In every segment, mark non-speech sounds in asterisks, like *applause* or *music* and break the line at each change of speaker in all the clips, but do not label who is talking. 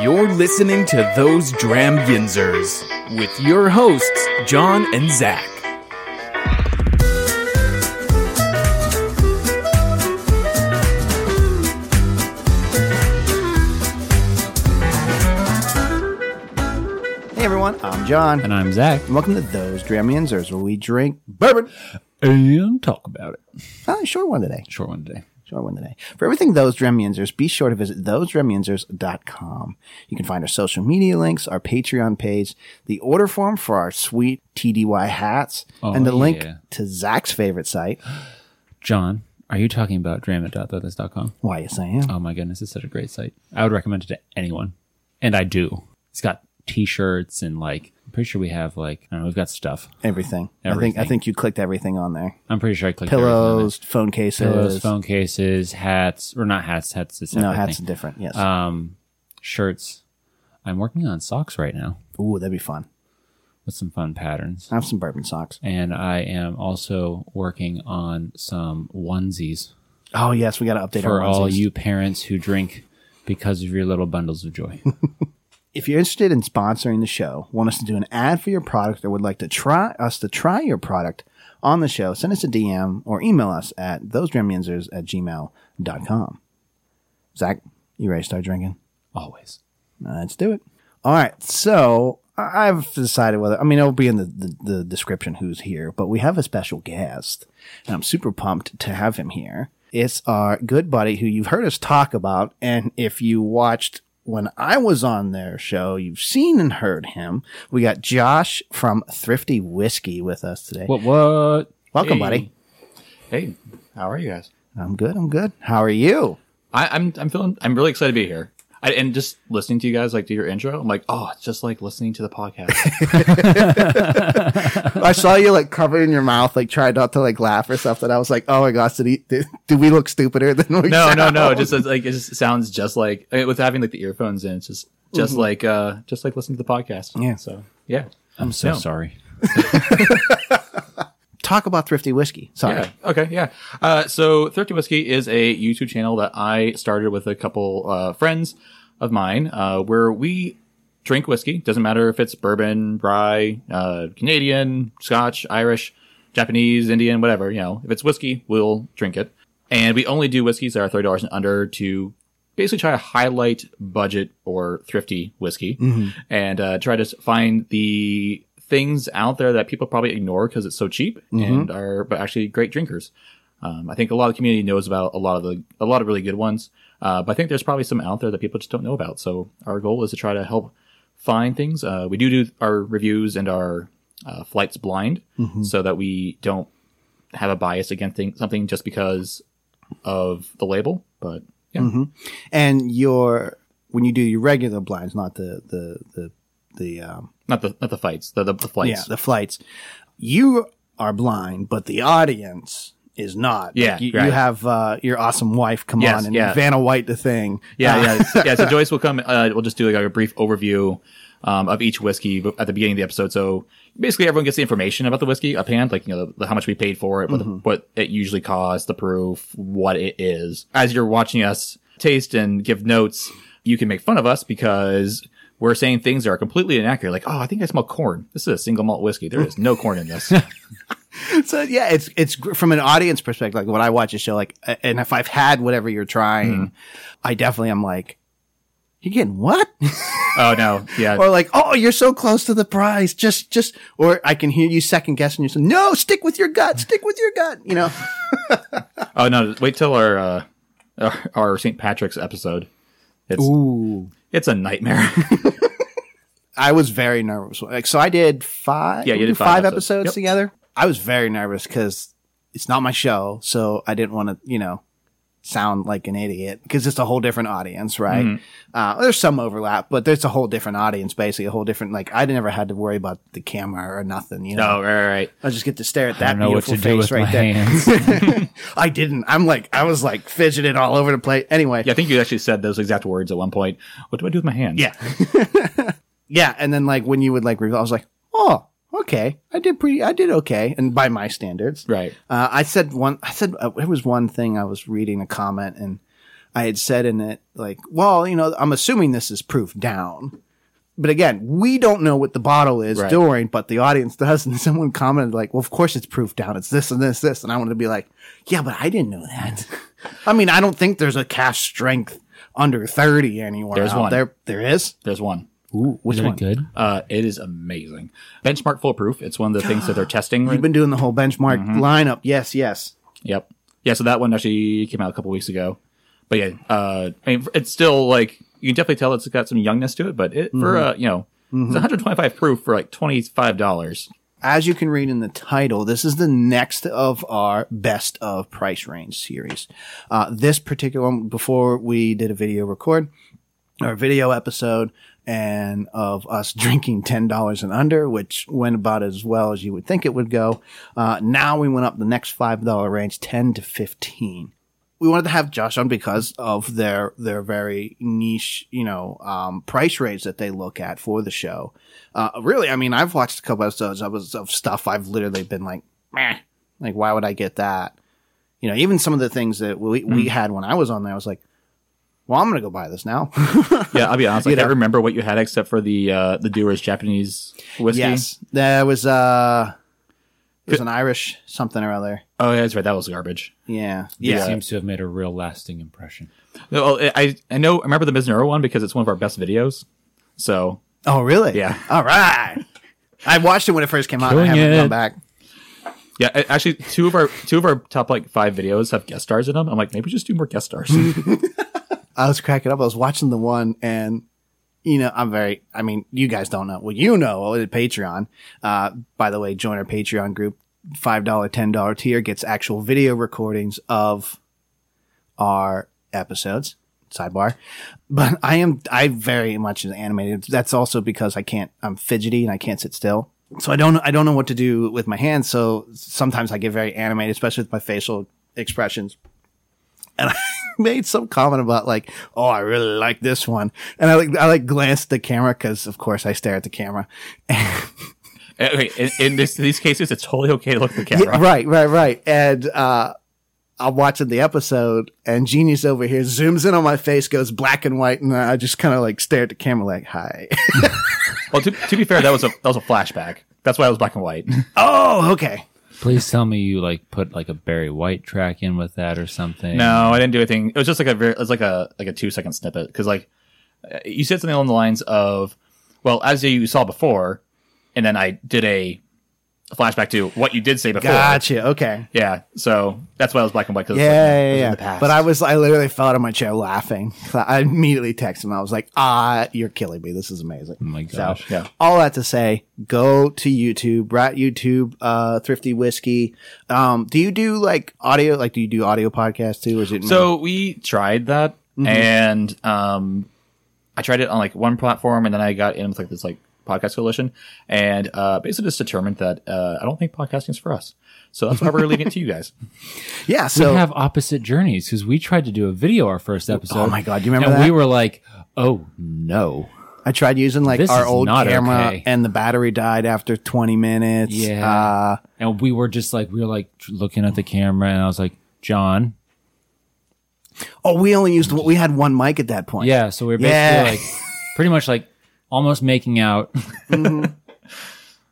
You're listening to Those Dramyinzers with your hosts, John and Zach.
Hey everyone, I'm John.
And I'm Zach.
And welcome to Those Dramianzers, where we drink bourbon.
And talk about it.
Ah, short one today.
Short one today.
Short one today. For everything Those Dramianzers, be sure to visit thosedremianzers.com. You can find our social media links, our Patreon page, the order form for our sweet TDY hats,
Oh,
and the link
yeah.
to Zach's favorite site.
John, are you talking about drama.thothis.com?
Why, yes I am.
Oh my goodness, it's such a great site. I would recommend it to anyone. And I do. It's got t shirts and like, I'm pretty sure we have like, I don't know, we've got stuff.
Everything. I think I
Everything.
think you clicked everything on there.
I'm pretty sure I clicked everything on
Pillows, phone cases.
there. Pillows, phone cases, hats, or not hats, hats is a
no,
separate
hats are
thing.
different. Yes.
Um, shirts. I'm working on socks right now
Ooh, that'd be fun.
with some fun patterns.
I have some bourbon socks.
And I am also working on some onesies.
Oh yes, we got to update
for
our
all
onesies.
you parents who drink because of your little bundles of joy. *laughs*
If you're interested in sponsoring the show, want us to do an ad for your product, or would like to try us to try your product on the show, send us a DM or email us at thosedremianzers at gmail.com. Zach, you ready to start drinking?
Always.
Uh, Let's do it. All right. So I- I've decided whether, I mean, it'll be in the, the, the description who's here, but we have a special guest, and I'm super pumped to have him here. It's our good buddy who you've heard us talk about. And if you watched when I was on their show, you've seen and heard him. We got Josh from Thrifty Whiskey with us today.
What? What?
Welcome,
Hey.
buddy.
Hey, how are you guys?
I'm good. I'm good. How are you?
I, I'm I'm feeling I'm really excited to be here. I, and just listening to you guys like do your intro, I'm like, oh, it's just like listening to the podcast.
I saw you like covering your mouth, like trying not to like laugh or something. I was like, oh my gosh, did he, did, did we look stupider than we
*laughs* no, no, no.
sound?
Just it's like it just sounds just like I mean, with having like the earphones in, it's just just like uh just like listening to the podcast.
Yeah.
So yeah.
I'm so
No.
sorry.
talk about thrifty whiskey. Sorry.
Yeah. Okay. Yeah. Uh, so Thrifty Whiskey is a YouTube channel that I started with a couple uh, friends of mine, uh, where we drink whiskey. Doesn't matter if it's bourbon, rye, uh, Canadian, Scotch, Irish, Japanese, Indian, whatever. You know, if it's whiskey, we'll drink it. And we only do whiskeys that are thirty dollars and under to basically try to highlight budget or thrifty whiskey and uh, try to s- find the things out there that people probably ignore because it's so cheap and are but actually great drinkers. Um, I think a lot of the community knows about a lot of the a lot of really good ones, uh, but I think there's probably some out there that people just don't know about. So our goal is to try to help find things. Uh, we do do our reviews and our uh, flights blind, so that we don't have a bias against thing, something just because of the label. But yeah,
And your when you do your regular blinds, not the the the the um
not the not the fights, the the, the flights.
yeah the flights, you are blind, but the audience is not.
Yeah,
Like, you, you
right.
have uh, your awesome wife come
Yes,
on and
yeah.
Vanna White the thing.
Yeah,
Uh, *laughs*
yeah, it's- yeah. So Joyce will come. Uh, we'll just do like a brief overview um, of each whiskey b- at the beginning of the episode. So basically, everyone gets the information about the whiskey up hand, like you know the, how much we paid for it, what,
Mm-hmm.
the, what it usually costs, the proof, what it is. As you're watching us taste and give notes, you can make fun of us because. We're saying things that are completely inaccurate, like, oh, I think I smell corn. This is a single malt whiskey. There is no corn
*laughs*
in this.
So yeah, it's it's gr- from an audience perspective. Like when I watch a show, like a- and if I've had whatever you're trying, I definitely am like. You're getting what?
oh, no. Yeah.
*laughs* or like, oh, you're so close to the prize. Just, just, or I can hear you second guessing yourself. No, stick with your gut. Stick with your gut. You know,
Oh, no. Wait till our, uh, our, our St. Patrick's episode. It's,
Ooh.
it's a nightmare. *laughs*
I was very nervous. Like, so I did five.
Yeah, you
we
did five
episodes
episodes. Yep.
together. I was very nervous because it's not my show, so I didn't want to, you know, sound like an idiot because it's a whole different audience, right?
Mm-hmm.
Uh, there's some overlap, but there's a whole different audience, basically a whole different. Like I never had to worry about the camera or nothing. You know,
no, right, right, right.
I just get to stare at that
I don't know what
beautiful
to do
face
with
right
my
there.
hands.
I didn't. I'm like, I was like fidgeting all over the place. Anyway,
Yeah, I think you actually said those exact words at one point. What do I do with my hands?
Yeah. yeah. And then like when you would like review, I was like, oh, okay, I did pretty, I did okay, and by my standards,
Right.
Uh, I said one, I said uh, it was one thing I was reading a comment and I had said in it, like, well, you know, I'm assuming this is proof down. But again, we don't know what the bottle is
Right.
during, but the audience does. And *laughs* someone commented, like, well, of course it's proof down. It's this and this, this. And I wanted to be like, yeah, but I didn't know
*laughs*
that. I mean, I don't think there's a cash strength under 30 anywhere.
There's
out
one.
There, there is.
There's one.
Ooh, *laughs* which
Is it
one?
good?
Uh, it is amazing. Benchmark foolproof. It's one of the
*gasps*
things that they're testing.
You've been doing the whole benchmark lineup. Yes, yes.
Yep. Yeah, so that one actually came out a couple weeks ago. But yeah, uh, I mean, it's still like you can definitely tell it's got some youngness to it. But it for
Mm-hmm.
uh, you know, it's 125 proof for like 25 dollars.
as you can read in the title, this is the next of our best of price range series. Uh, this particular one, before we did a video record or video episode, and of us *laughs* drinking ten dollars and under, which went about as well as you would think it would go. Uh, now we went up the next five dollar range, ten to fifteen. We wanted to have Josh on because of their their very niche, you know, um, price range that they look at for the show. Uh, really, I mean, I've watched a couple episodes of, of stuff I've literally been like, meh, like, why would I get that? You know, even some of the things that we, we had when I was on there, I was like, well, I'm going to go buy this now. *laughs*
Yeah, I'll be honest. I
You
can't
know.
remember what you had except for the uh, the Dewar's Japanese whiskey.
yes. There was, uh, it was an Irish something or other.
Oh, yeah, that's right. That was garbage.
Yeah.
It seems to have made a real lasting impression.
No, I- I I know. I remember the Mizuno one because it's one of our best videos. So
Oh, really?
Yeah.
All right. I watched it when it first came out. and I
Doing
haven't
it.
come back.
yeah, a- actually, two of our two of our top like five videos have guest stars in them. I'm like, maybe just do more
*laughs*
guest stars. Eh,
I was cracking up. I was watching the one and you know, I'm very, I mean, you guys don't know. Well, you know, at Patreon, uh, by the way, join our Patreon group. $5, $10 tier gets actual video recordings of our episodes. Sidebar. But I am, I very much is animated. That's also because I can't, I'm fidgety and I can't sit still. So I don't, I don't know what to do with my hands. So sometimes I get very animated, especially with my facial expressions made some comment about like, oh, I really like this one, and I like I like glanced at the camera because of course I stare at the camera.
okay, in, in this, these cases, it's totally okay to look at the camera.
Yeah, right, right, right. And uh, I'm watching the episode, and Genius over here zooms in on my face, goes black and white, and I just kind of like stare at the camera like, hi. *laughs*
Well, to, to be fair, that was a that was a flashback. That's why it was black
*laughs*
and white.
oh, okay.
Please tell me you like put like a Barry White track in with that or something.
No, I didn't do anything. It was just like a very, it was like a like a two second snippet because like uh, you said something along the lines of, well, as you saw before, and then I did a flashback to what you did say before.
Gotcha. Okay.
Yeah, so that's why it was black and white. Cause it's, like,
Yeah,
it
yeah,
was in
yeah.
the past.
But I was, I literally fell out of my chair laughing. I immediately texted him. I was like, ah, you're killing me. This is amazing. Oh
my gosh.
Yeah.
All that to say, go to YouTube, rat YouTube, uh, Thrifty Whiskey. Um, do you do like audio? Like, do you do audio podcasts too? Or is it
So we tried that,
Mm-hmm.
and um, I tried it on like one platform, and then I got in with like this like podcast coalition, and uh, basically just determined that uh, I don't think podcasting's for us. So that's why we're leaving it to you
*laughs*
guys.
yeah?
We
So
have opposite journeys because we tried to do a video our first episode.
Oh my God, you remember
and
that?
we were like, oh no.
I tried using like
This
our
is
old
not
camera,
okay.
and the battery died after twenty minutes.
Yeah.
Uh,
And we were just like, we were like tr- looking at the camera and I was like, John.
oh, we only used we had one mic at that point.
Yeah. So we were basically
Yeah.
like, pretty much like almost making out *laughs*
Mm-hmm.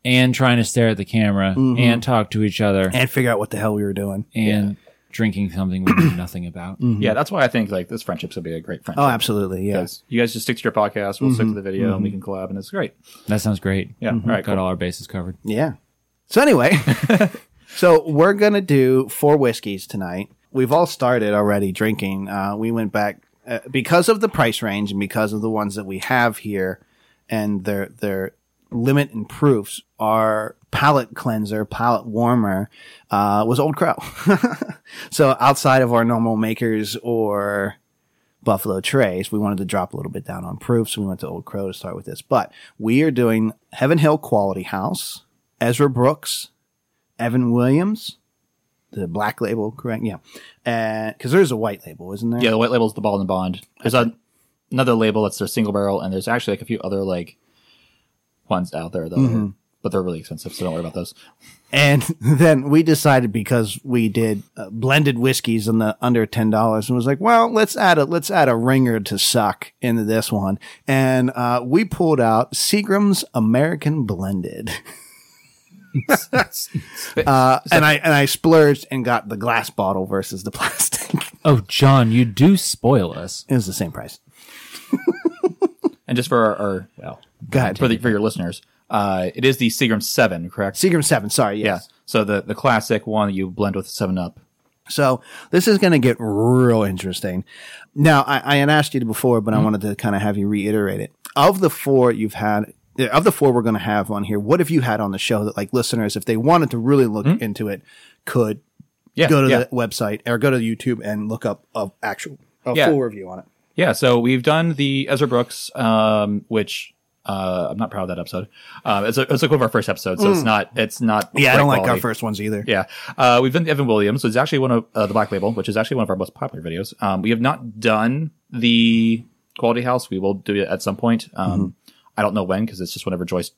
and trying to stare at the camera and talk to each other and,
and figure out what the hell we were doing.
drinking something we knew nothing about.
Mm.
yeah, that's why I think like this friendship's gonna be a great friendship.
Mm-hmm. Oh, absolutely. Yeah. Mm-hmm.
Because You guys just stick to your podcast. We'll stick to the video, and we can collab, and it's great.
That sounds great.
Yeah, all right,
Got
cool.
all our bases covered.
Yeah. So anyway, so we're gonna do four whiskeys tonight. We've all started already drinking. Uh, we went back uh, because of the price range and because of the ones that we have here and their their limit and proofs. Our palate cleanser, palate warmer, uh, was Old Crow. *laughs* so outside of our normal makers or Buffalo Trace. We wanted to drop a little bit down on proof, so we went to Old Crow to start with this. But we are doing Heaven Hill Quality House, Ezra Brooks, Evan Williams, the black label, correct? Yeah. Because there's a white label, isn't there?
Yeah, the white label's the ball and bond. There's a,
Mm-hmm.
another label that's their single barrel, and there's actually like a few other like ones out there that are but they're really expensive, so don't worry about those.
And *laughs* then we decided because we did uh, blended whiskeys in the under ten dollars, and was like, well, let's add a let's add a ringer to suck into this one, and uh, we pulled out Seagram's American Blended, uh, and I and I splurged and got the glass bottle versus the *laughs* plastic.
Oh, John, you do spoil us.
it was the same price.
And just for our, our well,
Go ahead.
for the for your listeners, uh, it is the Seagram Seven, correct?
Seagram Seven, sorry,
Yeah.
yes.
So the the classic one that you blend with Seven Up.
So this is going to get real interesting. Now, I, I had asked you before, but I wanted to kind of have you reiterate it. Of the four you've had, yeah, of the four we're going to have on here, what have you had on the show that like listeners, if they wanted to really look into it, could
Yeah.
go to
yeah.
the website or go to YouTube and look up a actual a
Yeah.
full review on it.
Yeah, so we've done the Ezra Brooks, um, which uh, I'm not proud of that episode. Um, it's a, it's like one of our first episodes, so it's not it's not.
Mm. Yeah, I
great
don't like our
quality.
first ones either.
Yeah, uh, we've done the Evan Williams, which is actually one of uh, the Black Label, which is actually one of our most popular videos. Um, we have not done the Quality House. We will do it at some point. Um,
Mm-hmm.
I don't know when because it's just whenever Joyce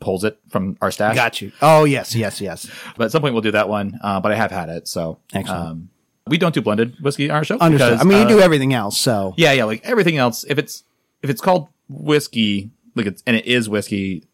pulls it from our stash.
Got you. Oh yes, yes, yes.
But at some point we'll do that one. Uh, but I have had it, so
Excellent.
Um, we don't do blended whiskey on our show.
Understood.
because,
I mean,
uh,
you do everything else, so
yeah, yeah. Like everything else, if it's if it's called whiskey, like it's and it is whiskey,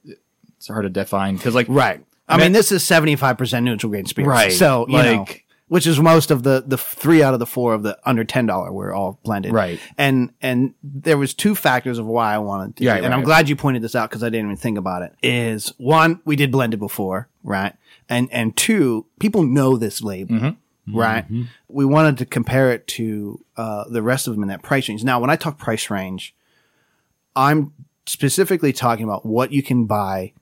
it's hard to define because like
Right. I,
I
mean,
mean-
this is seventy five percent neutral grain spirits.
Right.
So you know,
Like-
which is most of the the three out of the four of the under ten dollar were all blended.
Right.
And and there was two factors of why I wanted to.
Yeah,
and I'm
right.
glad you pointed this out because I didn't even think about it. Is one we did blended before, right? And and two people know this label.
Mm-hmm.
Right. We wanted to compare it to uh, the rest of them in that price range. Now, when I talk price range, I'm specifically talking about what you can buy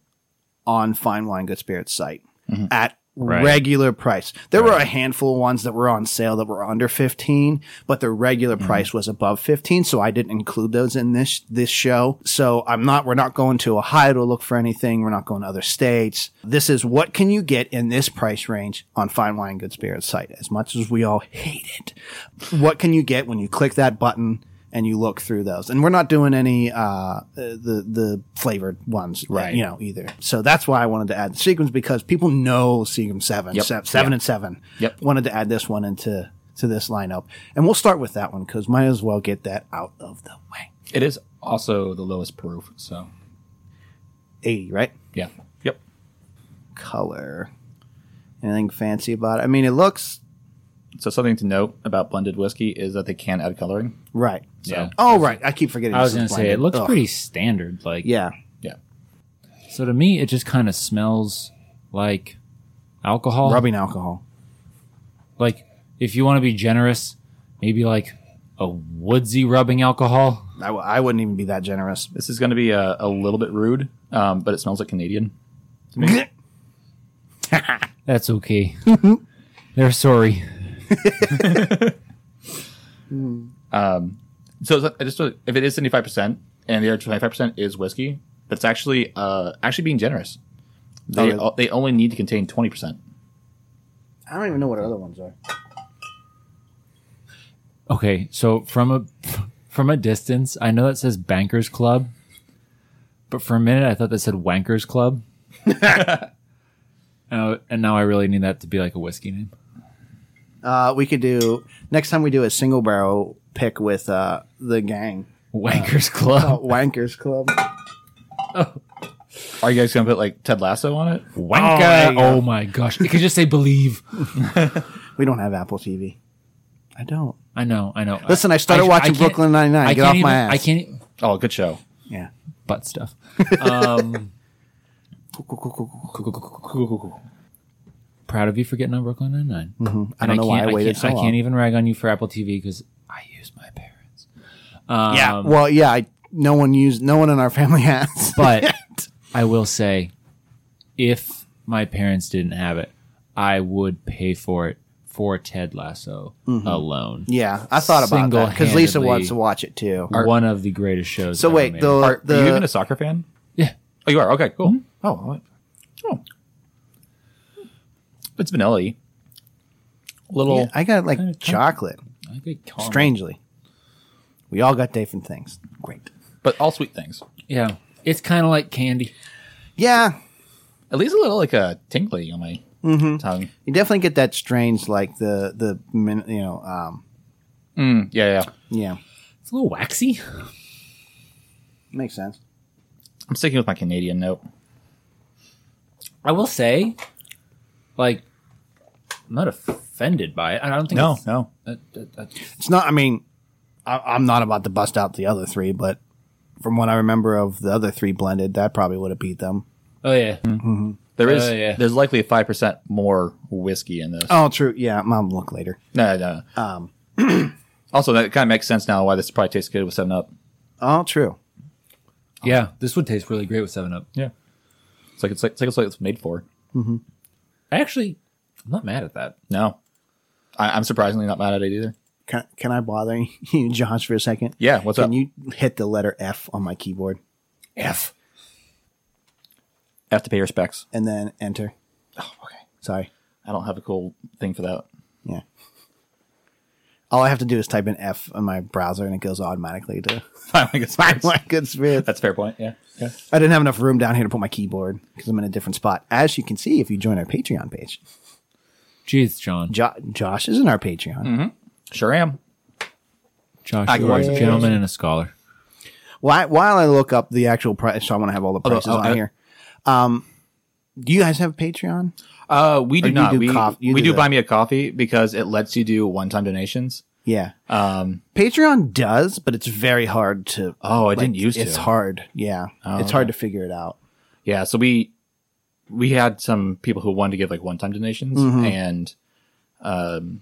on Fine Wine Good Spirits site at
Right.
regular price. There were a handful of ones that were on sale that were under 15, but the regular price was above 15, so I didn't include those in this this show. So I'm not we're not going to Ohio to look for anything, we're not going to other states. This is what can you get in this price range on Fine Wine Good Spirits site as much as we all hate it. What can you get when you click that button? and you look through those. And we're not doing any uh, uh, the the flavored ones, right? You know, either. So that's why I wanted to add the Seagrams because people know Seagram seven,
Yep.
se- seven
Yeah.
and seven.
Yep.
Wanted to add this one into to this lineup, and we'll start with that one because might as well get that out of the way.
it is also the lowest proof. So
A right
yeah, yep.
color. Anything fancy about it? I mean, it looks
So something to note about blended whiskey is that they can add coloring.
right.
So,
Yeah.
Oh, right. I keep forgetting.
I was
this
gonna
is
say it
blended.
looks
Ugh.
pretty standard. Like
Yeah.
Yeah,
So to me, it just kind of smells like alcohol.
Rubbing alcohol.
Like if you want to be generous, maybe like a woodsy rubbing alcohol.
I, w- I wouldn't even be that generous.
this is going to be a, a little bit rude, um, but it smells like Canadian.
That's okay.
Mm-hmm.
They're sorry.
So is that- I just if it is seventy five percent and the other twenty five percent is whiskey, that's actually uh, actually being generous. They
really?
they only need to contain twenty percent.
I don't even know what our other ones are.
Okay, so from a *laughs* from a distance, I know that says Bankers Club, but for a minute I thought that said
*laughs*
Wankers Club. and, I- and now I really need that to be like a whiskey name.
Uh, we could do next time we do a single barrel pick with uh, the gang.
Wankers Club.
Wankers Club.
Are you guys going to put like Ted Lasso on it?
there you
Wanker.
go.
Oh, my gosh. It could just say believe.
We don't have Apple TV. I don't.
I know, I know.
Listen, I started watching
can't-
Brooklyn Nine-Nine. Get
can't
off my
even- I
ass.
can't e-
Oh, good show.
Yeah.
butt stuff. Proud of you for getting on Brooklyn Nine-Nine.
Mm-hmm. I don't know why I waited
can't,
so
I
long.
can't even rag on you for Apple TV because I use my parents.
yeah. Well, yeah. I, no one used. No one in our *laughs* family has.
But
*laughs*
I will say, if my parents didn't have it, I would pay for it for Ted Lasso
Mm-hmm.
alone.
yeah, I thought about that because Lisa
Single-handedly-
wants to watch it too.
One of the greatest shows.
So
ever
wait,
made.
the
Are,
the
are you even a soccer fan?
yeah.
Oh, you are. Okay, cool. Oh, all right. oh, it's vanilla. Little.
Yeah, I got like
Kinda-
chocolate.
I could call 'em-
Strangely, we all got different things. Great.
but all sweet things.
Yeah, it's kind of like candy.
Yeah.
It leaves a little like a tingly on my tongue.
You definitely get that strange, like the the min- you know, um,
Mm, yeah, yeah.
yeah,
It's a little waxy.
makes sense.
I'm sticking with my Canadian note.
I will say, like, I'm not offended by it. I don't think.
No,
it's-
no.
uh, uh, uh,
It's not. I mean, I, I'm not about to bust out the other three, but from what I remember of the other three blended, that probably would have beat them.
oh yeah,
Hmm. There is
Oh, yeah.
there's likely five percent more whiskey in this.
Oh, true. Yeah, mom, look later.
No, no. no.
Um,
*clears throat* Also, that kind of makes sense now why this probably tastes good with Seven Up.
oh, true.
yeah. This would taste really great with Seven Up.
Yeah, it's like it's like it's like, it's like it's made for.
Actually, I'm not mad at that.
No, I, I'm surprisingly not mad at it either.
Can, can I bother *laughs* you, Josh, for a second?
Yeah, what's
can
up?
you hit the letter F on my keyboard
F. F to pay respects.
and then enter? Oh, okay. Sorry.
I don't have a cool thing for that.
Yeah. All I have to do is type in F on my browser and it goes automatically to
*laughs*
*laughs*
Finally, gets
my good spirit.
*laughs* That's a fair point. Yeah. yeah.
I didn't have enough room down here to put my keyboard because I'm in a different spot. As you can see, if you join our Patreon page,
Jeez, John.
jo- Josh is in our Patreon.
Mm-hmm. Sure am.
Josh,
I
you
can
are a
watch the
gentleman and a scholar.
Why, while I look up the actual price, so I want to have all the prices
oh,
on
I-
here. Um, do you guys have Patreon?
Uh, we do
you
not.
do
we
coff- you
we
do
do
the-
buy me a coffee because it lets you do one time donations.
Yeah. Um, Patreon does, but it's very hard to.
Oh, I didn't used to. Oh,
It's hard. Yeah, it's hard to figure it out.
Yeah, so we we had some people who wanted to give like one time donations, and um,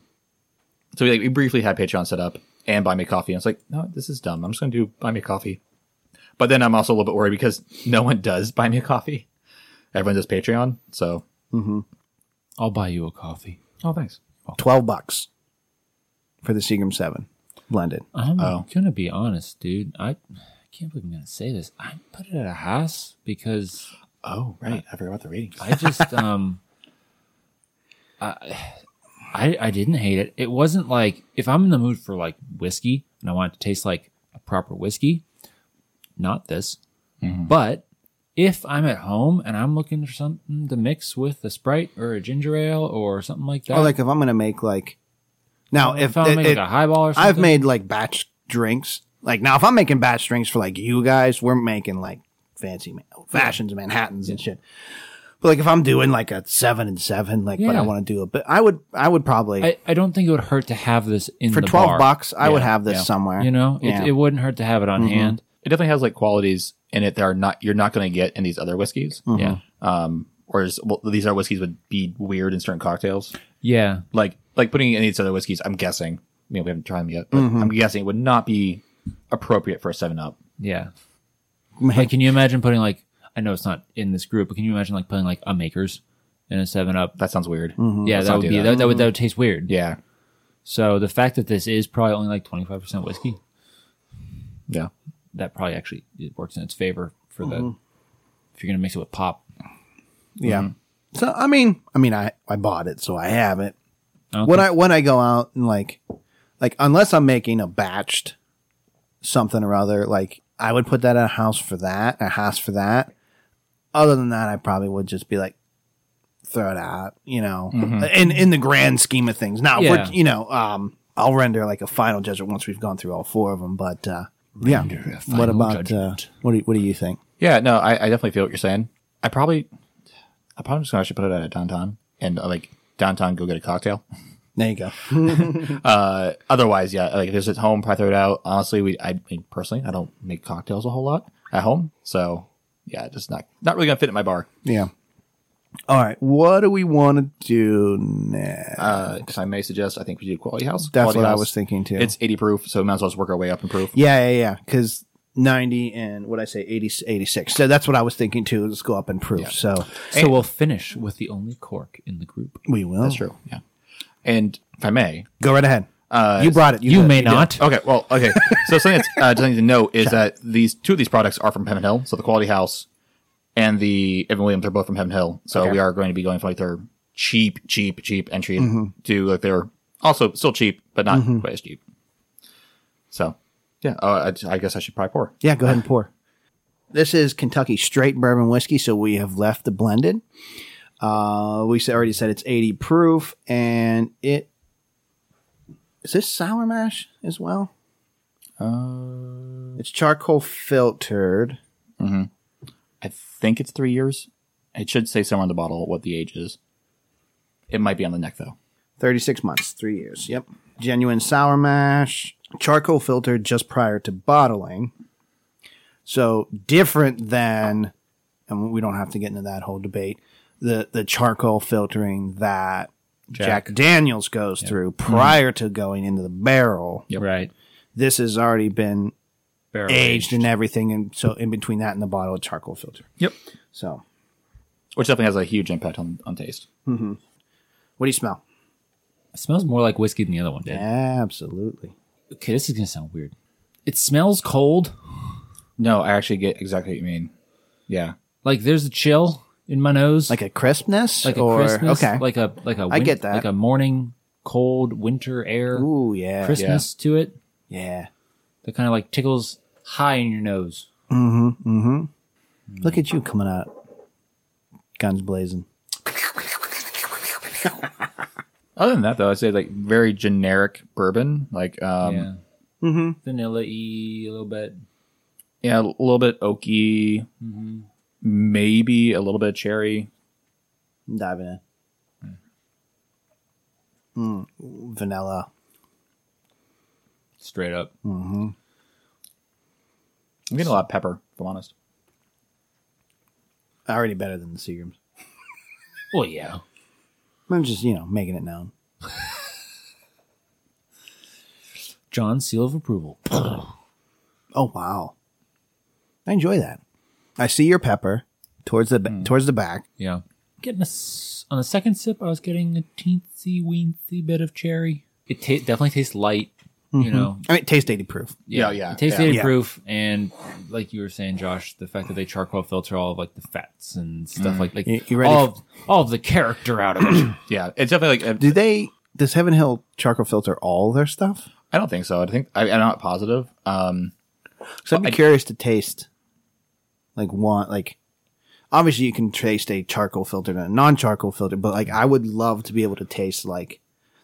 so we like we briefly had Patreon set up and buy me coffee. And it's like, no, this is dumb. I'm just going to do buy me coffee. But then I'm also a little bit worried because no one does buy me a coffee. Everyone does Patreon. So,
I'll buy you a coffee.
oh, thanks.
Twelve bucks for the Seagram Seven blended.
I'm
Oh.
gonna be honest, dude. I, I can't believe I'm gonna say this. I put it at a house because
Oh, right. I forgot about the ratings.
*laughs*
I just um I, I I didn't hate it. It wasn't like if I'm in the mood for like whiskey and I want it to taste like a proper whiskey, not this.
Mm-hmm.
But if I'm at home and I'm looking for something to mix with a Sprite or a ginger ale or something like that,
Uh, Or Oh, like if I'm gonna make like now if
if I'm
it-
making
it-
like a highball or something,
I've made like batch drinks. Like now, if I'm making batch drinks for like you guys, we're making like fancy man- fashions, Manhattans and shit. But like if I'm doing like a seven and seven, like but I
Yeah.
want to do a bit, I would I would probably
I, I don't think it would hurt to have this in
for
the
twelve
bar,
bucks I would
Yeah,
have this
yeah.
somewhere.
You know, it,
Yeah. Mm-hmm.
it wouldn't hurt to have it on hand.
It definitely has like qualities in it that are not, you're not going to get in these other whiskeys.
Mm-hmm.
Yeah,
Um, whereas well, these other whiskeys would be weird in certain cocktails.
yeah.
like like putting in these other whiskeys. I'm guessing. I mean, we haven't tried them yet, but
Mm-hmm.
I'm guessing it would not be appropriate for a Seven Up.
Yeah. Like, can you imagine putting like I know it's not in this group, but can you imagine like putting like a makers in a seven up?
That sounds weird.
Mm-hmm.
yeah,
Let's
that
not
would
do
be
that.
that. That, would that would taste weird.
Yeah,
So the fact that this is probably only like twenty five percent whiskey,
yeah.
that probably actually it works in its favor for the if you're gonna mix it with pop.
Yeah.
Mm-hmm.
So I mean, I mean, I I bought it, so I have it.
Okay.
When I when I go out and like, like unless I'm making a batched something or other, like I would put that in a house for that, a house for that. Other than that, I probably would just be like, throw it out, you know. In in the grand scheme of things, now
Mm-hmm. Yeah.
we're you know, um, I'll render like a final judgment once we've gone through all four of them. But uh, yeah, what about uh, what do you, what do you think?
Yeah, no, I, I definitely feel what you're saying. I probably, I probably just gonna actually put it at a downtown and uh, like downtown go get a cocktail.
There you go.
Uh, otherwise, yeah, like if it's at home, probably throw it out. Honestly, we, I mean, personally, I don't make cocktails a whole lot at home, so yeah, just not not really gonna fit in my bar.
Yeah. All right. What do we want to do next?
Uh, if I may suggest, I think we do Quality House.
That's
Quality
what I
House,
was thinking too.
It's 80 proof, so we might as well just work our way up in proof.
yeah, yeah, yeah. Because 90 and what I say, 80, 86. So that's what I was thinking too. Let's go up and proof. So
So we'll finish with the only cork in the group.
we will.
That's true. Yeah. And if I may,
Go right ahead. you brought it.
You,
did it.
may not.
okay. Well, okay. So something that's uh, something to note is that these two of these products are from Heaven Hill. So the Quality House and the Evan Williams are both from Heaven Hill. So we are going to be going for like their cheap, cheap, cheap entry to like they're also still cheap, but not quite as cheap. So yeah, uh, I, I guess I should probably pour.
Yeah, go ahead and pour. *sighs* This is Kentucky straight bourbon whiskey, so we have left the blended. Uh, we s- already said it's 80 proof, and it is this sour mash as well. it's charcoal filtered.
I think it's three years. It should say somewhere on the bottle what the age is. It might be on the neck though.
36 months, three years. Yep. Genuine sour mash, charcoal filtered just prior to bottling. So different than, and we don't have to get into that whole debate, the, the charcoal filtering that Jack, Daniels goes through prior to going into the barrel.
Right.
This has already been
Barrel
aged and everything. And so in between that and the bottle, it's charcoal filter.
Yep.
So
Which definitely has a huge impact on, on taste.
what do you smell?
It smells more like whiskey than the other one did.
Absolutely.
Okay, this is gonna sound weird. It smells cold.
No, I actually get exactly what you mean. Yeah.
Like there's a chill in my nose.
Like a crispness?
like a
or,
Christmas.
Okay.
Like a like a
I get that.
Like a morning cold winter air
Ooh, yeah.
Christmas to it
Yeah.
that kind of like tickles high in your nose.
Look at you coming out, guns blazing.
Other than that though, I'd say like very generic bourbon. Like um yeah,
yeah.
mm-hmm.
Vanilla y a little bit.
a little bit oaky, maybe a little bit of cherry.
I'm diving in. Mm, vanilla.
Straight up.
I'm getting a lot of pepper, if I'm honest.
Already better than the Seagrams.
Well Oh, yeah.
I'm just, you know, making it known.
John seal of approval.
Oh wow, I enjoy that. I see your pepper towards the towards the back.
yeah. Getting a s- on the second sip I was getting a teensy weensy bit of cherry. It ta- definitely tastes light, you know,
I mean, taste eighty proof.
Yeah, yeah,
It tastes
yeah.
80
Yeah.
proof, and like you were saying, Josh, the fact that they charcoal filter all of like the fats and stuff like like
You- you ready
all of, all of the character out of
*clears throat*
it.
Yeah. It's definitely like a-
Do they? Does Heaven Hill charcoal filter all their stuff?
I don't think so. I think I, I'm not positive. Um,
So I'd be
I-
curious to taste, like one, like obviously you can taste a charcoal filter and a non-charcoal filter, but like I would love to be able to taste like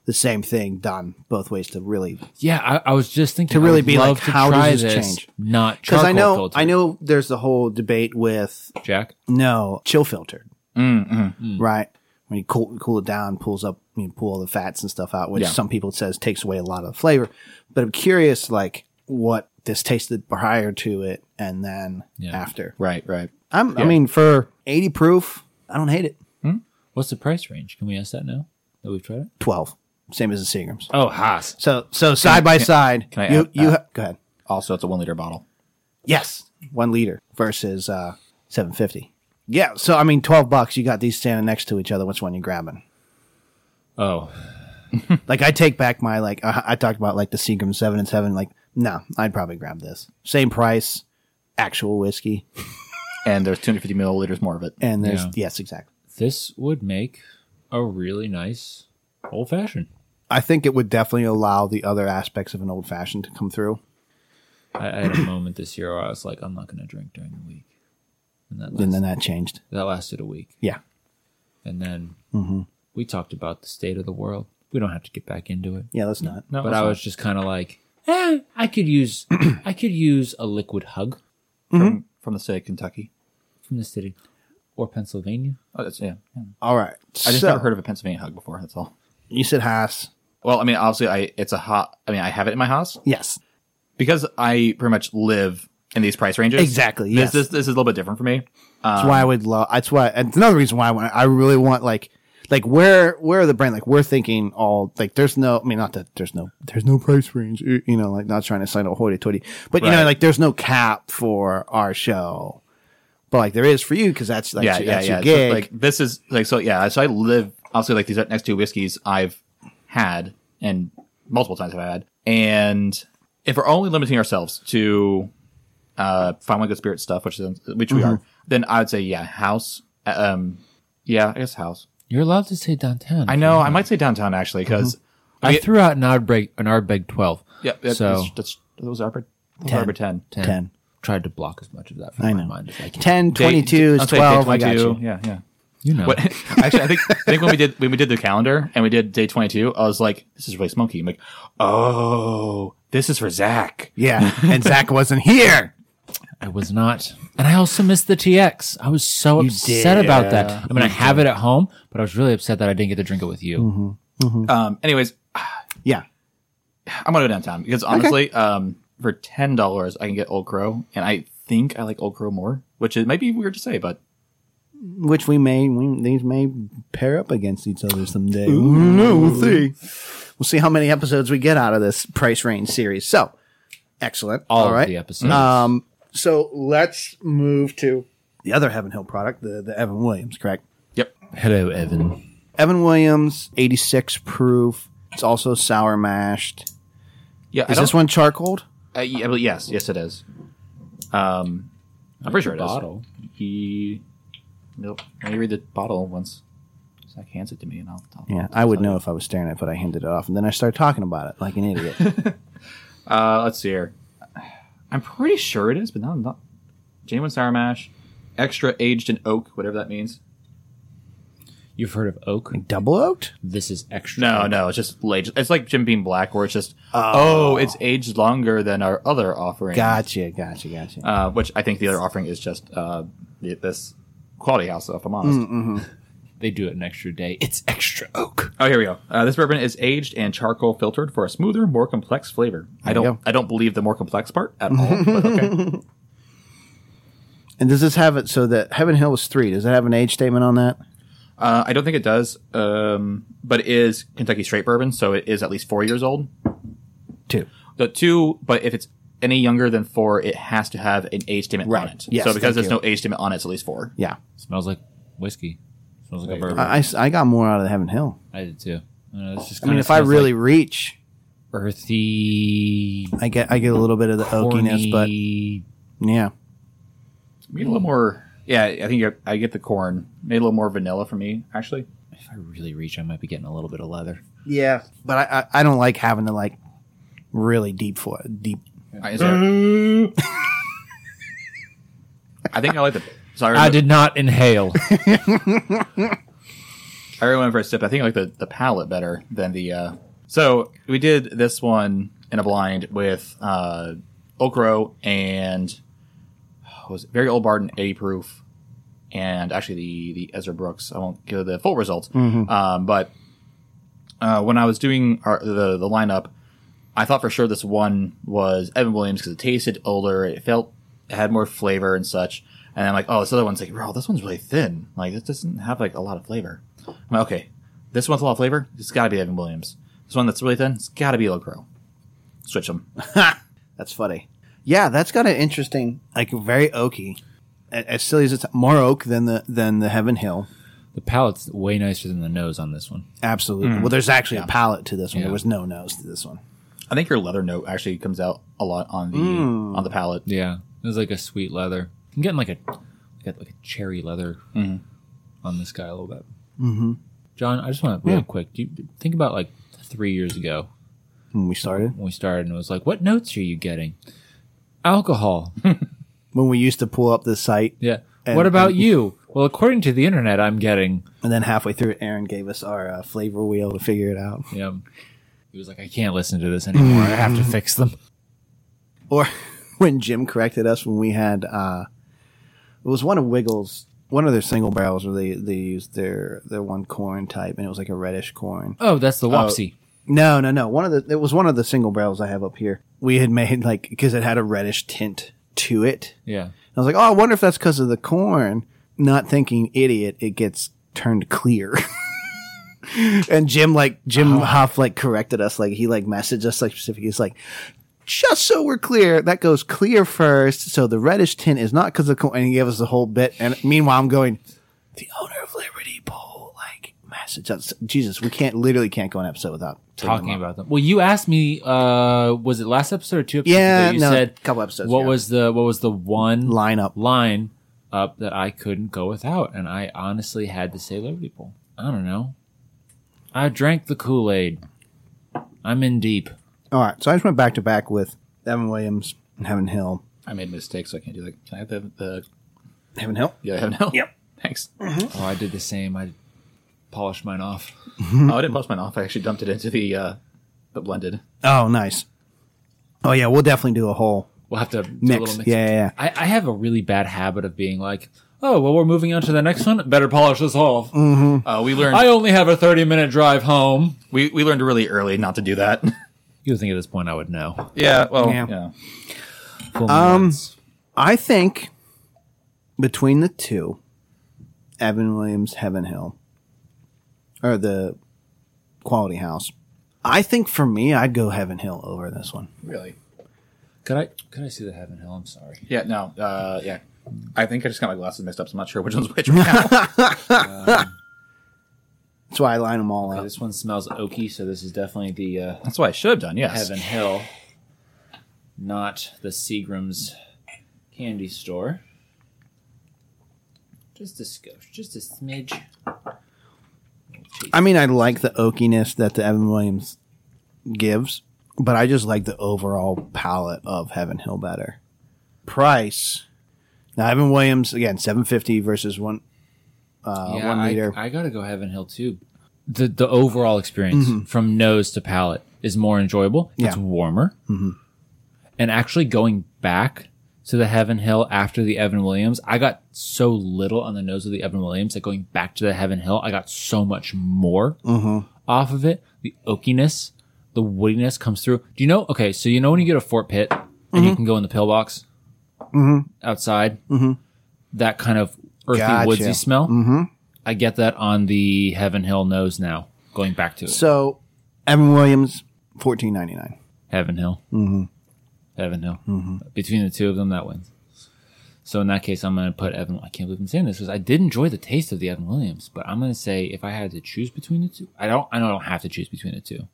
the same thing done both ways to really
yeah, I, I was just thinking to
really be like, how does this change?
Not
because
charcoal
I know
filter.
I know there's the whole debate with
Jack.
no chill filtered,
mm, mm.
right? When you cool cool it down, pulls up, you pull all the fats and stuff out, which
Yeah.
some people says takes away a lot of the flavor. But I'm curious, like what this tasted prior to it and then
Yeah.
after.
Right, right.
I'm, I
Yeah.
mean, for 80 proof, I don't hate it.
What's the price range? Can we ask that now that we've tried it?
12, same as the Seagrams.
Oh, Haas.
So, so side by side,
can I
you,
add
you,
that?
ha- go ahead.
Also, it's a one liter bottle.
Yes. One liter versus, uh, 750. Yeah. So, I mean, 12 bucks, you got these standing next to each other. Which one you grabbing?
Oh,
Like, I take back my, like, uh, I, I talked about like the Seagram 7 and 7. Like, no, I'd probably grab this. Same price, actual whiskey.
And there's 250 milliliters more of it.
And there's,
Yeah.
yes, exactly.
this would make a really nice old fashioned.
I think it would definitely allow the other aspects of an old fashioned to come through.
I, I
*clears throat*
had a moment this year where I was like, I'm not going to drink during the week, and that
And
lasted,
then that changed.
that lasted a week.
Yeah.
And then
Mm-hmm.
we talked about the state of the world. We don't have to get back into it.
Yeah, that's not.
No,
but I was just kind of like, eh, I could use *clears throat* I could use a liquid hug
from, from the state of Kentucky.
from the city or Pennsylvania.
Oh, that's yeah. yeah.
All right.
I just never heard of a Pennsylvania hug before. That's all.
You said Haas.
Well, I mean, obviously, I it's a hot. I mean, I have it in my house
Yes.
because I pretty much live in these price ranges.
Exactly,
This
yes.
this, this is a little bit different for me.
That's why I would love. That's why. And it's another reason why I want. I really want like, like where where the brand like we're thinking all like there's no. I mean, not that there's no there's no price range. You you know, like not trying to sign a hoity toity, but you know,
Right.
like there's no cap for our show. But like there is for you because that's like
yeah,
your,
yeah,
that's
yeah.
your
So,
gig.
like this is like so. Yeah, so I live obviously like these next two whiskeys I've had and multiple times I've had, and if we're only limiting ourselves to uh fine wine good spirit stuff, which is which we are,
Mm-hmm.
then I would say yeah, house. uh, Um, yeah, I guess house.
You're allowed to say downtown.
I know I might say downtown actually because
Mm-hmm.
I threw out an Ardbeg, an Ardbeg 12.
yeah, that's,
so
that's, that's that was Arbor, that was Arbor ten.
ten.
tried to block as much of that from
I
my
know.
mind as I can.
10,
Day-
22 is
I'll say day
12. I got
22.
you.
Yeah, yeah.
You know,
What, *laughs* actually, I think I think when we did when we did the calendar and we did day twenty two, I was like, "This is really smoky." I'm like, "Oh, this is for Zach."
Yeah.
*laughs*
And Zach wasn't here.
I was not, and I also missed the TX. I was so upset about that. I mean, I have it at home, but I was really upset that I didn't get to drink it with you.
Mm-hmm. Um, anyways,
Yeah.
I'm gonna go downtown because honestly, um, for ten dollars, I can get Old Crow, and I think I like Old Crow more, which is might be weird to say, but
Which we may, we, these may pair up against each other someday. No, we'll see. We'll see how many episodes we get out of this price range series. So, excellent.
All,
All right.
of the episodes.
Uh,
Um, so let's move to the other Heaven Hill product, the, the Evan Williams, correct?
yep.
Hello, Evan.
Evan Williams, 86 proof. It's also sour mashed.
Yeah, I
Is
don't-
this one charcoaled?
Uh, yeah, well, yes, yes, it is. Um, I'm pretty sure it is.
Bottle.
He, nope. Let me read the bottle once. Zach hands it to me, and I'll. I'll
Yeah, I would know if I was staring at it, but I handed it off. And then I started talking about it like an idiot. *laughs*
Uh, let's see here. I'm pretty sure it is, but no, I'm not. Genuine sour mash, extra aged in oak, whatever that means.
You've heard of oak?
Double oaked?
This is extra.
No,
oak.
no, it's just aged. It's like Jim Beam Black, where it's just oh, it's aged longer than our other offering.
Gotcha, gotcha, gotcha.
Uh, which I think the other offering is just uh, the- this quality house, if I'm honest.
They do it an extra day. It's extra oak.
Oh, here we go. Uh, this bourbon is aged and charcoal filtered for a smoother, more complex flavor. I
you
don't,
go.
I don't believe the more complex part at all.
*laughs*
But okay.
and does this have it so that Heaven Hill is three? Does it have an age statement on that?
Uh, I don't think it does, um, but it is Kentucky straight bourbon, so it is at least four years old.
Two.
The two, but if it's any younger than four, it has to have an age statement on
Right.
it.
Yes,
so
thank
because there's
you.
no age statement on it, it's at least four.
Yeah.
Smells like whiskey. Smells like a bourbon.
I, I s- I got more out of the Heaven Hill.
I did too. I, don't know, this just
I mean,
kinda
if I
smells
really
like
reach,
earthy,
I get I get a little bit of the oakiness, but
corny-
yeah.
Maybe a little more. Yeah, I think you're, I get the corn. Maybe a little more vanilla for me, actually.
if I really reach, I might be getting a little bit of leather.
Yeah. But I, I, I don't like having to like really deep for deep.
I, Uh, is there- *laughs* I think I like the. Sorry,
Uh,
I did not *laughs* inhale.
I really went for a sip. I think I like the, the palette better than the. Uh... So we did this one in a blind with uh, Okro and what was it? very old Barton, 80 proof, and actually the the Ezra Brooks. I won't give the full results, um, but uh, when I was doing our, the the lineup, I thought for sure this one was Evan Williams because it tasted older, it felt it had more flavor and such. And I'm like, oh, this other one's like, bro, this one's really thin. Like this doesn't have like a lot of flavor. I'm like, okay, this one's a lot of flavor. It's got to be Evan Williams. This one that's really thin, it's got to be Old Crow. Switch them.
That's funny. Yeah, that's got an interesting, like very oaky. A- As silly as it's more oak than the than the Heaven Hill.
the palate's way nicer than the nose on this one.
Absolutely. Well, there's actually a palate to this one.
Yeah.
There was no nose to this one.
I think your leather note actually comes out a lot on the on the palate.
Yeah, it was like a sweet leather. I'm getting like a, I got like a cherry leather on this guy a little bit. Mm-hmm. John, I just want to real quick. Do you think about like three years ago
When we started,
when we started and it was like, what notes are you getting? *laughs* Alcohol.
when we used to pull up this site,
yeah.
And-
what about you? Well, according to the internet, I'm getting.
and then halfway through it, Aaron gave us our uh, flavor wheel to figure it out. *laughs*
Yeah. He was like, I can't listen to this anymore. I have *laughs* to fix them.
Or when Jim corrected us when we had, uh, it was one of Wiggles, one of their single barrels where they, they used their, their one corn type, and it was like a reddish corn.
Oh, that's the Wopsie.
No, no, no. One of the it was one of the single barrels I have up here. We had made like because it had a reddish tint to it.
yeah.
I was like, oh, I wonder if that's because of the corn. Not thinking, idiot, it gets turned clear. *laughs* and Jim, like Jim
Oh.
Hoff, like corrected us. Like he like messaged us like specifically. He's like, just so we're clear, that goes clear first. So the reddish tint is not because of the corn. And he gave us the whole bit. And meanwhile, I'm going, the owner of Liberty Bowl, like message us. Jesus, we can't literally can't go an episode without bringing
talking
him up.
about them. Well, you asked me, uh, was it last episode or two episodes
Yeah,
ago? You
no,
said
couple episodes,
What
yeah.
was the what was the one
lineup.
line up that I couldn't go without, and I honestly had to say Liberty Bowl. I don't know. I drank the Kool Aid. I'm in deep.
All right, so I just went back to back with Evan Williams and Heaven Hill.
I made mistakes, so I can't do that. Can I have the, the
Heaven help.
yeah, I have no.
Yep.
*laughs* Thanks.
Oh, I did the same. I polished mine off.
oh, I didn't post mine off. I actually dumped it into the uh, the blended.
Oh, nice. Oh yeah, we'll definitely do a whole
We'll have to do a
mix.
little mix.
Yeah, yeah, yeah.
I, I have a really bad habit of being like, oh, well, we're moving on to the next one. Better polish this off.
Mm.
Uh, we learned
I only have a 30 minute drive home.
we, we learned really early not to do that. *laughs*
You would think at this point I would know.
yeah. Well.
Yeah.
yeah.
Um,
I think between the two, Evan Williams, Heaven Hill, or the Quality House, I think for me, I'd go Heaven Hill over this one.
Really.
could I could I see the Heaven Hill? I'm sorry.
Yeah, no. Uh, yeah. I think I just got my glasses mixed up, so I'm not sure which one's which right
*laughs*
now.
That's why I line them all
Okay,
up.
this one smells oaky, so this is definitely the uh,
That's what I should have done, yes.
Heaven Hill, not the Seagram's candy store. Just a skosh, just a smidge.
I mean, I like the oakiness that the Evan Williams gives, but I just like the overall palette of Heaven Hill better. Price. Now, Evan Williams, again, 750 versus one, uh,
yeah,
one
I-
liter.
I, gotta go Heaven Hill too. The the overall experience from nose to palate is more enjoyable.
Mm-hmm.
It's
Yeah. Mm-hmm.
warmer, and actually going back to the Heaven Hill after the Evan Williams, I got so little on the nose of the Evan Williams that going back to the Heaven Hill, I got so much more
Mm-hmm.
off of it. The oakiness, the woodiness comes through. Do you know? Okay, so you know when you get a Fort Pitt and
Mm-hmm.
you can go in the pillbox outside, that kind of earthy
Gotcha.
woodsy smell. Mm-hmm. I get that on the Heaven Hill nose now. Going back to it,
So, Evan Williams, 14.99.
Heaven Hill, mm-hmm. Heaven Hill. Between the two of them, that wins. So in that case, I'm going to put Evan. I can't believe I'm saying this because I did enjoy the taste of the Evan Williams, but I'm going to say if I had to choose between the two, I don't. I know I don't have to choose between the two.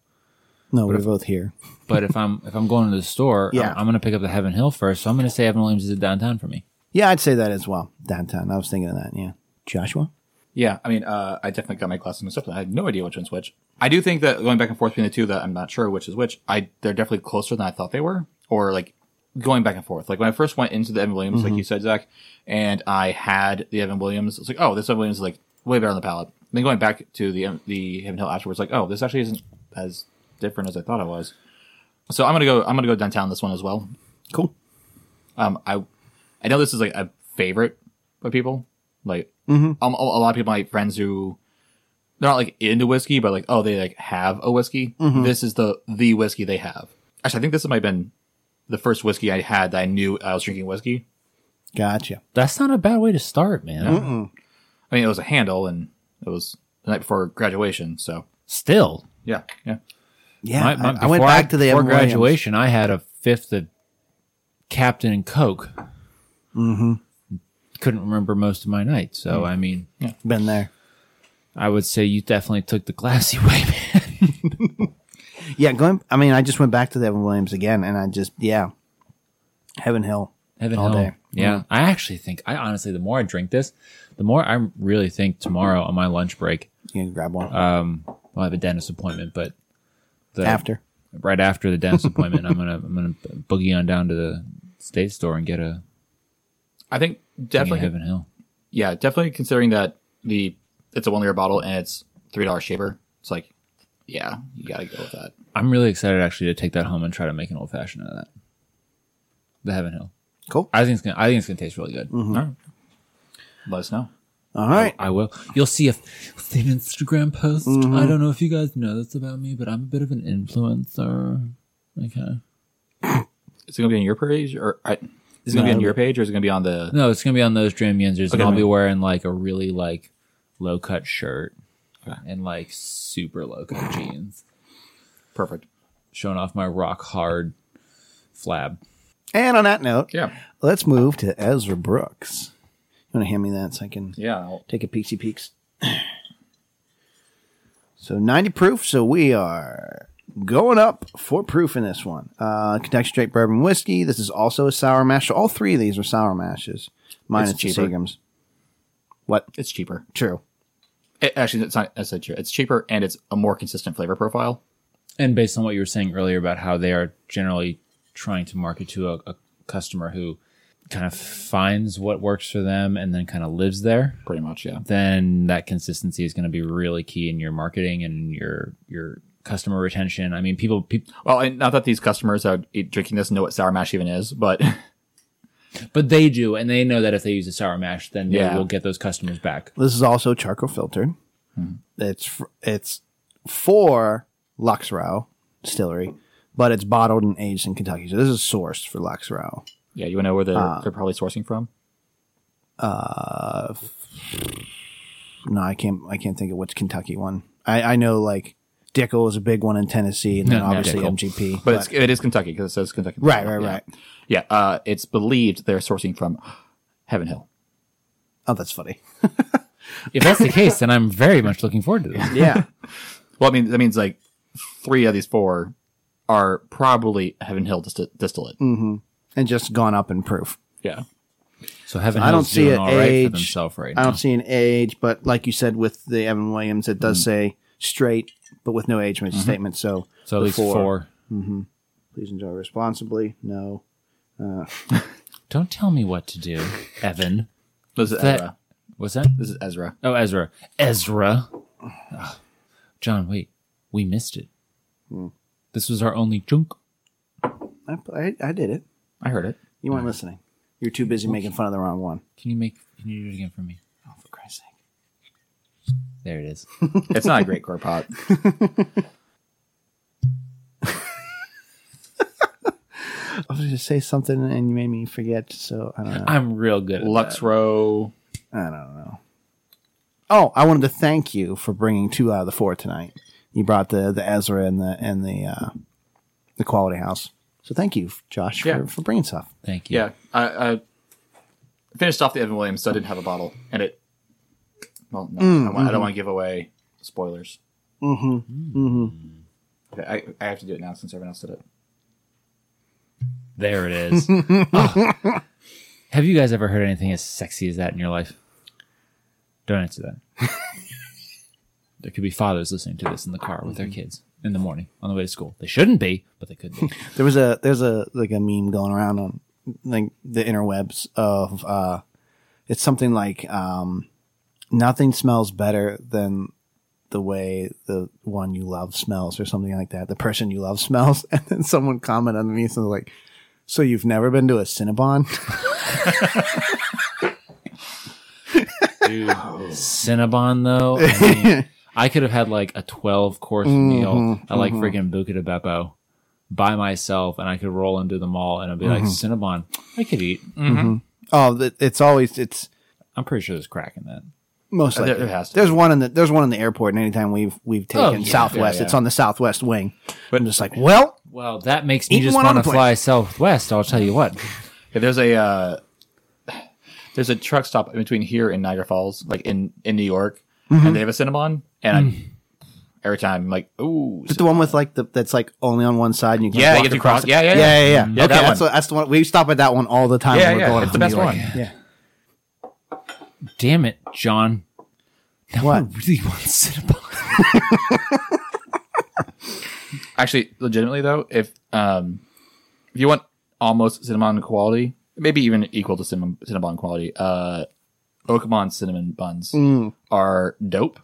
No, we're both here.
But if I'm *laughs* if I'm going to the store,
Yeah.
I'm, I'm going to pick up the Heaven Hill first. So I'm going to say Evan Williams is a downtown for me.
Yeah, I'd say that as well. Downtown. I was thinking of that. Yeah. Joshua?
yeah, I mean, uh, I definitely got my glasses mixed up. I had no idea which one's which. I do think that going back and forth between the two, that I'm not sure which is which. I they're definitely closer than I thought they were, or like going back and forth. Like when I first went into the Evan Williams, like you said, Zach, and I had the Evan Williams, it's like, oh, this Evan Williams is like way better on the palate. Then going back to the um, the Heaven Hill afterwards, like, oh, this actually isn't as different as I thought it was. So I'm gonna go. I'm gonna go downtown this one as well.
Cool.
Um, I, I know this is like a favorite by people. Like, um, a, a lot of people, my friends who, they're not like into whiskey, but like, oh, they like have a whiskey. This is the the whiskey they have. Actually, I think this might have been the first whiskey I had that I knew I was drinking whiskey.
Gotcha.
That's not a bad way to start, man.
I mean, it was a handle, and it was the night before graduation. So
Still,
yeah, yeah.
Yeah.
My- my-
I- I went
before
back to the
before
Evan Williams.
graduation. I had a fifth of Captain and Coke. Mm-hmm. Couldn't remember most of my night, so
Mm.
I mean,
Been there.
I would say you definitely took the classy *laughs* way. Man.
Yeah. Going, I mean, I just went back to the Evan Williams again and I just, yeah. Heaven Hill.
Heaven
All
Hill.
day. Mm-hmm.
Yeah, I actually think I honestly, the more I drink this, the more I really think tomorrow on my lunch break,
You can grab one
Uh, well, I have a dentist appointment, but the,
after.
right after
*laughs*
the dentist appointment, I'm gonna I'm gonna boogie on down to the state store and get a
I think
thing in
definitely
Heaven Hill.
yeah, definitely considering that the it's a one liter bottle and it's three dollar shaver. It's like, yeah, you gotta go with that.
I'm really excited actually to take that home and try to make an old fashioned out of that. The Heaven Hill.
Cool.
I think it's gonna I think it's gonna taste really good.
All right. Let us know.
All right.
I will. You'll see if see an Instagram post. I don't know if you guys know this about me, but I'm a bit of an influencer. Okay.
Is it gonna be on your page or I, is it gonna be on your page or is it gonna be on the?
No, it's gonna be on those Dream Yinzers, and
Okay.
I'll be wearing like a really like low cut shirt and like super low cut jeans,
Perfect.
showing off my rock hard flab.
And on that note,
Yeah,
let's move to Ezra Brooks. You want to hand me that so I can
yeah. I'll-
take a peeksy peeks. *sighs* So 90 proof. So we are going up for proof in this one. Uh, Kentucky Straight Bourbon Whiskey. This is also a sour mash. All three of these are sour mashes, minus
It's
the
cheaper.
Seagram's.
It's cheaper.
True.
It- actually, it's not. I said cheaper. It's cheaper and it's a more consistent flavor profile.
And based on what you were saying earlier about how they are generally trying to market to a, a customer who kind of finds what works for them and then kind of lives there,
Pretty much, yeah.
then that consistency is going to be really key in your marketing and your your customer retention. I mean, people, people
Well, and not that these customers are eat- drinking this know what sour mash even is, but *laughs*
but they do, and they know that if they use a sour mash, then
Yeah.
they will get those customers back.
This is also charcoal filtered.
Hmm.
It's fr- it's for Luxrow Distillery, but it's bottled and aged in Kentucky. So this is sourced for Luxrow.
yeah, you want to know where they're,
Uh,
they're probably sourcing from?
No, I can't. I can't think of what's Kentucky one. I, I know like Dickel is a big one in Tennessee, and then
No, no,
obviously
Dickel.
MGP.
But, it's, it is Kentucky because it says Kentucky.
right, right,
Yeah.
right.
Yeah, uh, it's believed they're sourcing from Heaven Hill.
Oh, that's funny.
If that's the case, then I'm very much looking forward to this.
*laughs* Yeah,
Well, I mean, that means like three of these four are probably Heaven Hill dist- distillate.
Mm-hmm. and just gone up in proof.
Yeah.
So heaven,
I don't
Hill's
see
doing
it
all right
age.
for themselves right
I
now.
don't see an age, but like you said with the Evan Williams, it does say straight, but with no age statement. So,
So at
the
least four.
Please enjoy responsibly. No.
Don't tell me what to do, Evan.
This is
That-
Ezra.
What's that?
This is Ezra.
Oh, Ezra. Ezra. Ugh. John, wait. We missed it. This was our only junk.
I, I, I did it.
I heard it.
You weren't listening. You're too busy making fun of the wrong one.
Can you make? Can you do it again for me?
Oh, for Christ's sake.
There it is.
It's not
*laughs*
a great core pot.
I was going to say something and you made me forget, so I don't know.
I'm real good. At that.
Luxrow.
I don't know. Oh, I wanted to thank you for bringing two out of the four tonight. You brought the the Ezra and the and the uh, the Quality House. So thank you, Josh,
Yeah.
for, for bringing stuff.
Thank you.
Yeah. I, I finished off the Evan Williams, so I didn't have a bottle. And it. Well, no. I, want, I
Mm-hmm.
don't want to give away spoilers.
Mm-hmm.
Mm hmm. Mm hmm. I, I have to do it now since everyone else did it.
There it is. Ugh. Have you guys ever heard anything as sexy as that in your life? Don't answer that. there could be fathers listening to this in the car with their kids in the morning on the way to school. They shouldn't be, but they could be.
There was a there's a like a meme going around on like the interwebs of uh it's something like um nothing smells better than the way the one you love smells or something like that. The person you love smells *laughs* and then someone commented underneath and was like so you've never been to a Cinnabon? *laughs*
*laughs*
Cinnabon though, I,
*laughs*
mean, I could have had like a twelve course
Mm-hmm,
meal at like freaking Buca de Beppo by myself, and I could roll into the mall and I'd be like
Mm-hmm.
Cinnabon. I could eat. Mm,
oh, th- it's always it's
I'm pretty sure there's crack in that.
most
Uh, there-
likely.
there has to
there's one in the there's one in the airport and anytime we've we've taken
Oh, yeah,
Southwest,
yeah, yeah.
it's on the Southwest wing.
But-
But I'm just like, well,
Well, that makes me
Eating
just
one on
want to
the plane.
fly Southwest. I'll tell you what.
Yeah, there's a uh, there's a truck stop in between here and Niagara Falls, like in in New York,
Mm-hmm.
and they have a Cinnabon, and I'm,
Mm.
every time I'm like, ooh,
Is it the one with like the that's like only on one side and you can
Yeah,
walk
you get to
across
cross-
it?
yeah, yeah, yeah.
yeah, yeah, yeah.
Yeah,
okay,
that
that's,
one.
the- that's the one. We stop at that one all the time.
Yeah,
when we're
yeah,
going
it's
to
the best
New York.
one.
Yeah,
Damn it, John. I
what?
really want Cinnabon.
actually, legitimately though, if um, if you want almost Cinnabon quality, maybe even equal to Cinnabon, Cinnabon quality, uh, Oakamon cinnamon buns
Mm.
are dope,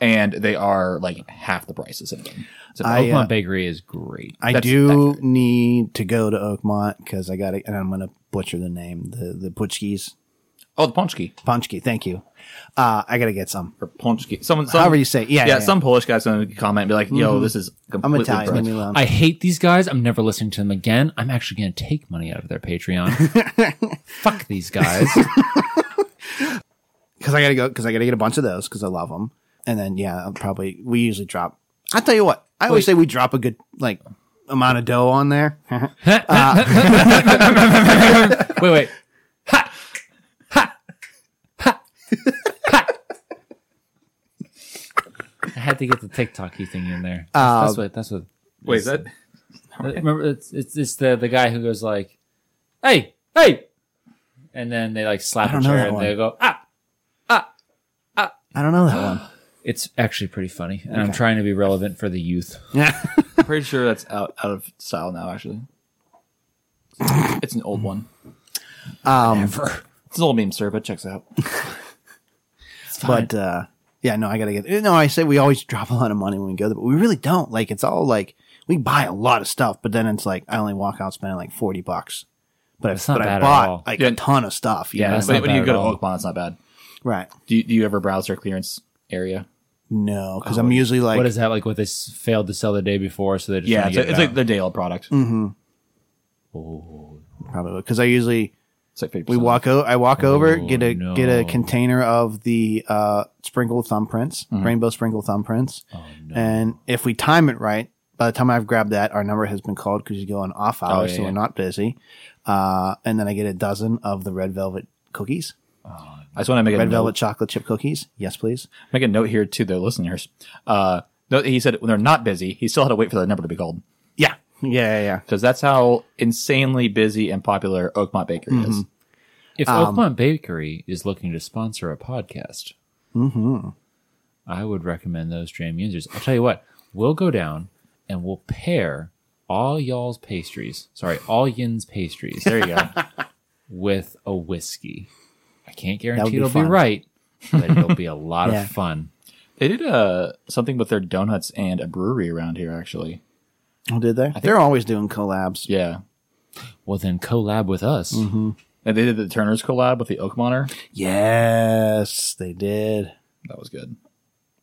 and they are like half the price of cinnamon. So
I,
Oakmont
uh,
Bakery is great.
I
That's
do need to go to Oakmont because I got it, and I'm going to butcher the name the the Putchkis
oh, the ponchki
Punchki. Thank you. Uh, I got to get some.
or ponchki, someone, some,
However you say, it. yeah,
yeah,
yeah, Mm-hmm.
some Polish guy's gonna comment and be like, "Yo, this is
I'm
completely
Italian.
broke.
Leave me alone.
I hate these guys. I'm never listening to them again. I'm actually going to take money out of their Patreon.
*laughs*
Fuck these guys.
because I gotta go because I gotta get a bunch of those because I love them. And then yeah, I'll probably we usually drop. I tell you what, I always say we drop a good like amount of dough on there. *laughs*
wait, wait. Ha! Ha! Ha! Ha! I had to get the TikToky thing in there. That's,
Uh,
that's what. That's what.
Wait, is that
Remember, it's, it's it's the the guy who goes like, "Hey, hey," and then they like
I
slap a
don't know
chair
that
and
one.
they go, "Ah."
I don't know that
*gasps*
one.
It's actually pretty funny, and I'm trying to be relevant for the youth.
Yeah.
I'm pretty sure that's out out of style now. Actually, it's an old one.
Um,
Ever. It's an old meme, sir, but checks out.
*laughs* But uh, yeah, no, I gotta get. No, I say we always drop a lot of money when we go there, but we really don't. Like it's all like we buy a lot of stuff, but then it's like I only walk out spending like forty bucks. But
That's
I,
not
but I
bad at all.
bought like
Yeah.
a ton of stuff. you
Yeah,
know?
that's
But
not
when you
bad
go
at
to
all.
Oakmont, it's not bad.
right.
Do you, do you ever browse their clearance area?
No, because I'm usually like
Oh, what is that like? What they s- failed to sell the day before, so they just
Yeah,
trying
it's,
to
a,
get
it's
it
like the day old product.
Mm. probably because I usually
It's like 50%.
we walk o- I walk over, get a
no.
get a container of the uh, sprinkle thumbprints, rainbow sprinkle thumbprints, and if we time it right, by the time I've grabbed that, our number has been called because you go on off hours,
yeah,
so
yeah.
we're not busy. Uh, and then I get a dozen of the red velvet cookies,
I just want to make a
red
note.
velvet chocolate chip cookies. Yes, please. *laughs*
Make a note here to the listeners. Uh, no, he said when they're not busy, he still had to wait for their number to be called
Yeah, yeah, yeah. yeah.
because that's how insanely busy and popular Oakmont Bakery
Mm-hmm.
is.
If
Um,
Oakmont Bakery is looking to sponsor a podcast,
Mm-hmm.
I would recommend those jam users. I'll tell you what, we'll go down and we'll pair all y'all's pastries, sorry, all
*laughs*
Yin's pastries
There you go. *laughs*
with a whiskey. I can't
would
guarantee
be
it'll
fun.
be right, but
*laughs*
it'll be a lot
Yeah.
of fun.
they did uh, something with their donuts and a brewery around here, actually.
Oh, did they? They're always doing collabs. Mm-hmm.
Yeah.
Well, then collab with us.
Mm.
And they did the Turner's collab with the Oakmonter.
Yes, they did.
That was good.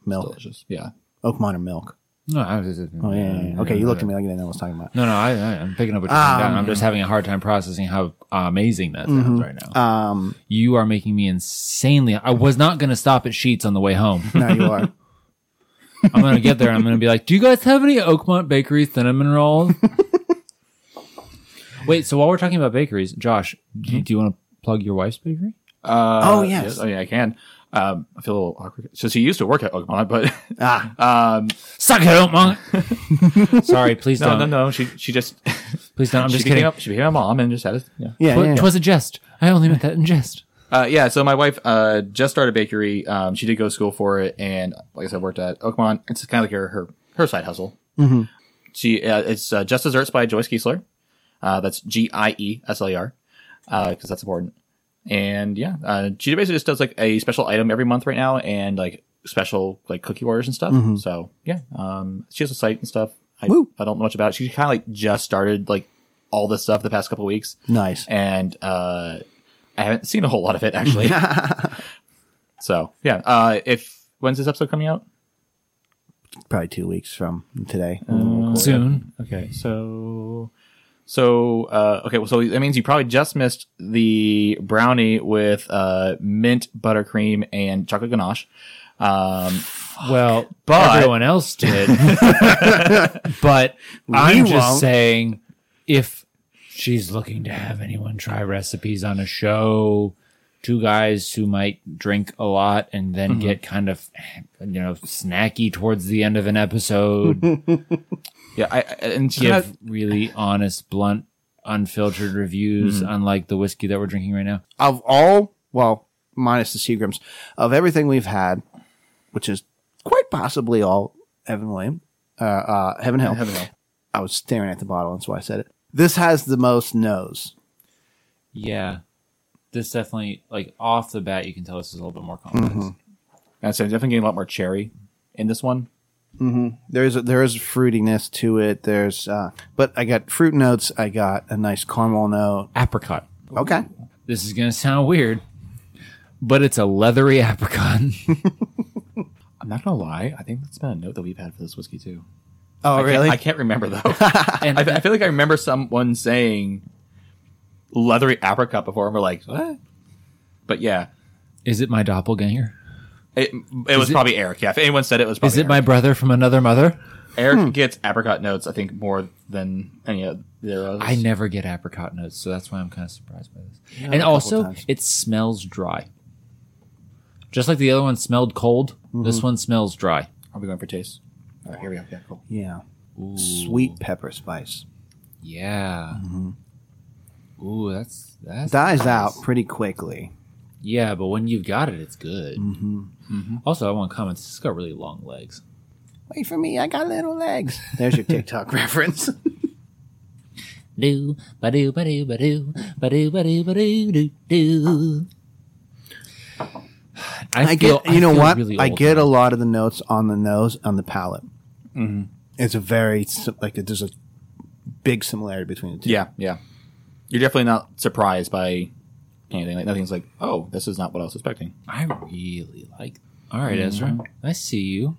Milk,
Delicious. Yeah.
Oakmont or milk.
No, I was just,
Oh, yeah, yeah, yeah. Okay, you looked at me Um, like you didn't know what I was talking about.
No, no, I, I, I'm picking up what you're putting down. I'm just having a hard time processing how amazing that sounds right now.
Um,
You are making me insanely. I was not going to stop at Sheets on the way home.
now you *laughs* are.
I'm going to get there and I'm going to be like, "Do you guys have any Oakmont Bakery cinnamon rolls?" *laughs* Wait, so while we're talking about bakeries, Josh,
Hmm?
do you, do you want to plug your wife's bakery?
Uh,
Oh, yes.
Oh, yeah, I can. Um, I feel a little awkward. So she used to work at Oakmont, but *laughs*
ah,
Suck it, Oakmont.
*laughs*
Sorry, please
no,
don't.
no, no. She she just *laughs*
Please don't. I'm
she
just
became
kidding.
a, she became a mom and just had it. Yeah.
yeah, yeah,
Tw-
yeah.
Twas a jest. I only meant that in jest.
Uh, yeah, so my wife uh, just started a bakery. Um, she did go to school for it, and like I said, worked at Oakmont. It's kind of like her her, her side hustle. Mm-hmm. She uh, it's uh, Just Desserts by Joyce Kiesler. Uh, that's G I E S L E R, because that's important. And yeah, uh, she basically just does like a special item every month right now, and like special like cookie orders and stuff. So yeah, um, she has a site and stuff. I,
Mm-hmm. Woo.
I don't know much about. it. She kind of like just started like all this stuff the past couple weeks
Nice.
and uh, I haven't seen a whole lot of
*laughs*
it actually. so yeah, uh, if when's this episode coming out?
Probably two weeks from today.
Soon.
Okay, so so uh, okay, well, so that means you probably just missed the brownie with uh, mint buttercream and chocolate ganache. Um,
Well,
But-
everyone else
*laughs*
did. but I'm just
won't.
saying, if she's looking to have anyone try recipes on a show, two guys who might drink a lot and then
Mm-hmm.
get kind of, you know, snacky towards the end of an
*laughs*
episode,
yeah, I, I- and she kinda-
give really honest, blunt, unfiltered reviews,
Mm-hmm.
unlike the whiskey that we're drinking right now.
Of all, well, minus the Seagrams, of everything we've had, which is quite possibly all Evan William, uh, uh, Heaven Hill.
Heaven Hill.
I was staring at the bottle, that's why I said it. This has the most nose.
Yeah. This definitely, like, off the bat, you can tell this is a little bit more complex.
Mm-hmm. and so I'm definitely getting a lot more cherry in this one.
There's a, there is a fruitiness to it. There's, uh, but I got fruit notes. I got a nice caramel note.
Apricot.
Okay,
this is going to sound weird, but it's a leathery *laughs* apricot.
I'm not gonna lie, I think that's been a note that we've had for this whiskey too.
Oh,
I can't-
really?
I can't remember though. I,
And
I feel like I remember someone saying leathery apricot before, and we're like, what? But yeah,
is it my doppelganger?
it, it was probably Eric. Yeah, if anyone said it, it was
Oh,
probably
Is it
Eric.
my brother from another mother?
Eric
Hmm.
gets apricot notes, I think, more than any of their others.
I never get apricot notes, so that's why I'm kind of surprised by this. and also,
times.
it smells dry. Just like the other one smelled cold, this
Mm-hmm.
one smells dry.
Are we going for taste? All right, here we go. Yeah, cool.
yeah. Sweet pepper spice
Yeah. Mm-hmm. Ooh, that's that's
dies
nice.
out pretty quickly.
Yeah, but when you've got it, it's good.
Mm-hmm.
Also, I want to comment. This has got really long legs. *laughs*
Wait for me, I got little legs. There's your TikTok reference.
do, ba do, ba do, ba do, ba do, ba do, ba do, do, do.
I,
feel-
get, you know
feel
what?
really
I
old
get a lot of the notes on the nose, on the palate.
Mm-hmm.
It's a very sim- like there's a big similarity between the two.
Yeah, yeah. You're definitely not surprised by anything. Like nothing's like, oh, this is not what I was expecting.
I really like. All right, Ezra. I see you.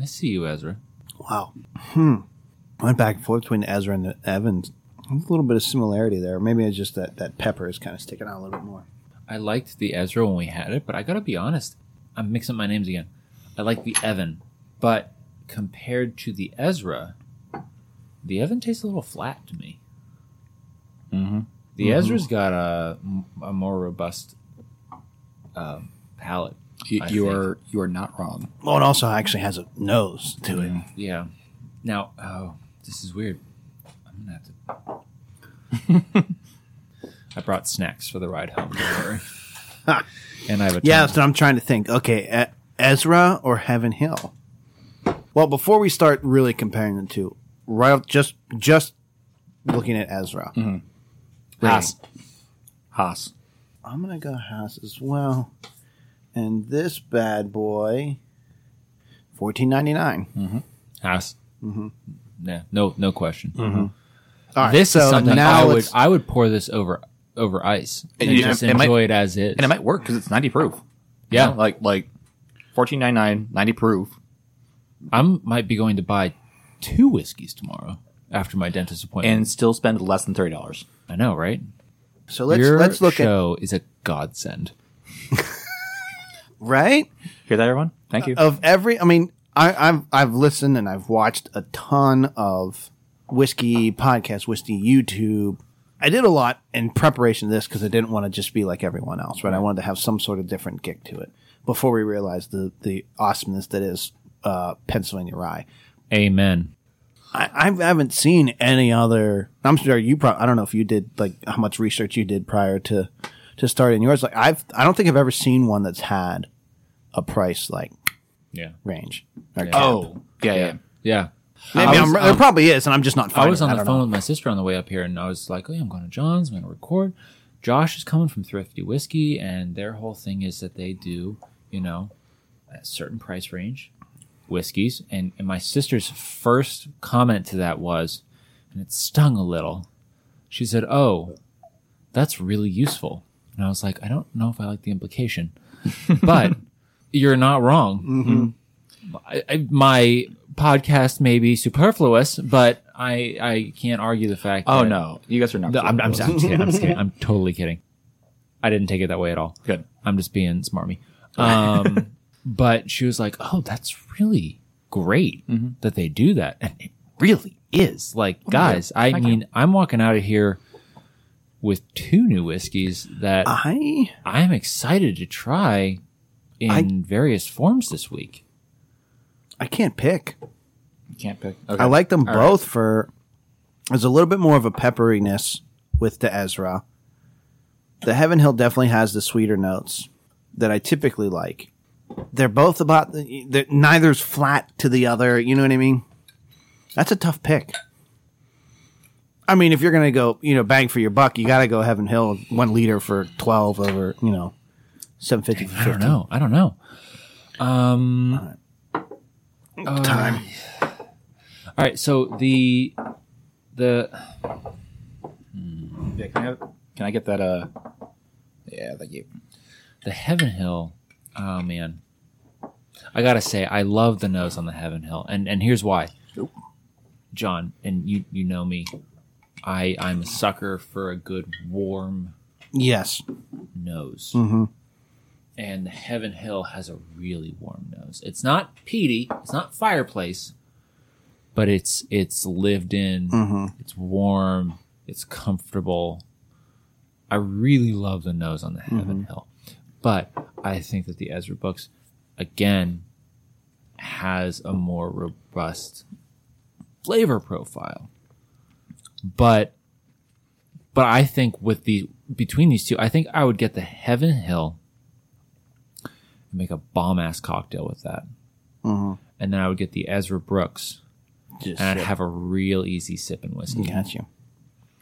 I see you, Ezra.
Wow. Hmm. Went back and forth between Ezra and Evans. A little bit of similarity there. Maybe it's just that that pepper is kind of sticking out a little bit more.
I liked the Ezra when we had it, but I gotta be honest. I'm mixing my names again. I like the Evan, but compared to the Ezra, the Evan tastes a little flat to me. Mm-hmm. The Ezra's got a, a more robust um palate.
You,
I
you
think.
are you are not wrong.
Well, it also actually has a nose to it.
Yeah. Now, oh, this is weird. I'm gonna have to. *laughs* I brought snacks for the ride home. Don't *laughs* worry. and I have a
Yeah,
ton.
so I'm trying to think. Okay, E- Ezra or Heaven Hill? Well, before we start really comparing the two, right? off- Just just looking at Ezra,
Mm-hmm.
Haas. Haas.
I'm gonna go House as well. And this bad boy, fourteen ninety nine.
Mm. House. Mm-hmm. Yeah, no, no question.
All right,
This
so
is something
now
I would
it's-
I would pour this over over ice and,
you-
just
it might-
enjoy it as is.
And it might work because it's 90 proof.
yeah,
You know, like like 14.99, 90 proof.
I might be going to buy two whiskeys tomorrow after my dentist appointment.
and still spend less than thirty dollars.
I know, right?
so let's
Your
let's look at
show is a godsend.
right
Hear that, everyone?
Uh,
Thank
oh.
you.
of every. I mean, I, I've I've listened and I've watched a ton of whiskey podcasts, whiskey YouTube. I did a lot in preparation of this because I didn't want to just be like everyone else, right? I wanted to have some sort of different kick to it before we realized the the awesomeness that is uh, Pennsylvania rye.
Amen.
I, I haven't seen any other. I'm sure you probably. I don't know if you did like how much research you did prior to to starting yours. Like I've, I don't think I've ever seen one that's had a price like
Yeah.
range. Or cap.
oh, yeah, yeah.
Yeah.
Maybe
I was,
I'm- there probably is, and I'm just not.
I
Finding
was on
it.
the
don't
phone
know.
with my sister on the way up here, and I was like, "Oh, yeah, I'm going to John's. I'm going to record." Josh is coming from Thrifty Whiskey, and their whole thing is that they do, you know, a certain price range whiskeys. And, and my sister's first comment to that was, and it stung a little. She said, "Oh, that's really useful." And I was like, "I don't know if I like the implication, but you're not wrong." I, I, my podcast may be superfluous, but I I can't argue the fact.
Oh
that-
no, you guys are not.
No, I'm, I'm,
cool.
I'm just kidding. I'm just kidding. I'm totally kidding. I didn't take it that way at all.
Good.
I'm just being smarmy.
*laughs*
Um, but she was like, "Oh, that's really great
Mm-hmm.
that they do that," and it really is. Like, guys, I mean, I'm walking out of here with two new whiskeys that
Ah.
I
I am excited to try in
I-
various forms this week.
I can't pick.
You can't pick. Okay.
I like them both for. There's a little bit more of a pepperiness with the Ezra. The Heaven Hill definitely has the sweeter notes that I typically like. They're both about. They're, neither's flat to the other. You know what I mean? That's a tough pick. I mean, if you're gonna go, you know, bang for your buck, you got to go Heaven Hill one liter for twelve over, you know, seven fifty for
I don't
fifteen.
know. I don't know.
Time.
All right, so the the
Yeah, can, I have, can I get that? Uh, yeah, thank you.
the Heaven Hill, oh man, I gotta say I love the nose on the Heaven Hill, and and here's why, John, and you you know me, I I'm a sucker for a good warm
Yes.
nose, and the Heaven Hill has a really warm nose. It's not peaty, it's not fireplace, but it's it's lived in, it's warm, it's comfortable. I really love the nose on the Heaven Hill, but I think that the Ezra books, again, has a more robust flavor profile. But, but I think with the between these two, I think I would get the Heaven Hill and make a bomb ass cocktail with that, and then I would get the Ezra Brooks
Just
and I'd have a real easy sip and whiskey.
got you.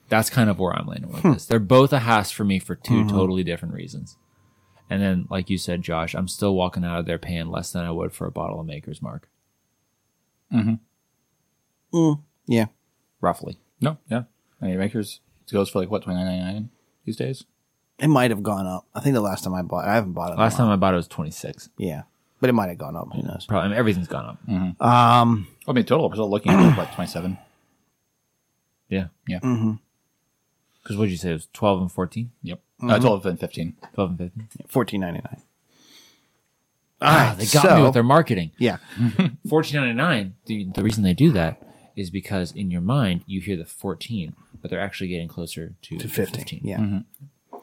That's kind of where I'm landing
Hmm.
with this. They're both a has for me for 2
Mm-hmm.
totally different reasons. And then, like you said, Josh, I'm still walking out of there paying less than I would for a bottle of Maker's Mark,
Yeah.
roughly.
No, yeah. I mean, Makers it goes for like what twenty nine ninety nine these days.
It might have gone up. I think the last time I bought I haven't bought it. in a
Last
while.
time I bought it was 26.
Yeah. But it might have gone up. Who knows?
Probably I mean, everything's gone up.
Um,
I mean, total. We're still looking at like twenty *clears throat* seven.
Yeah,
Yeah.
Mm-hmm.
because what'd you say? It was 12 and 14,
Yep. Uh,
Mm-hmm.
Twelve and fifteen.
12 and 15.
fourteen ninety nine.
Ah, they got me
so-
with their marketing.
Yeah.
14.99. The, the reason they do that is because in your mind you hear the 14, but they're actually getting closer to,
To
the
fifteen.
15.
Yeah.
Mm-hmm.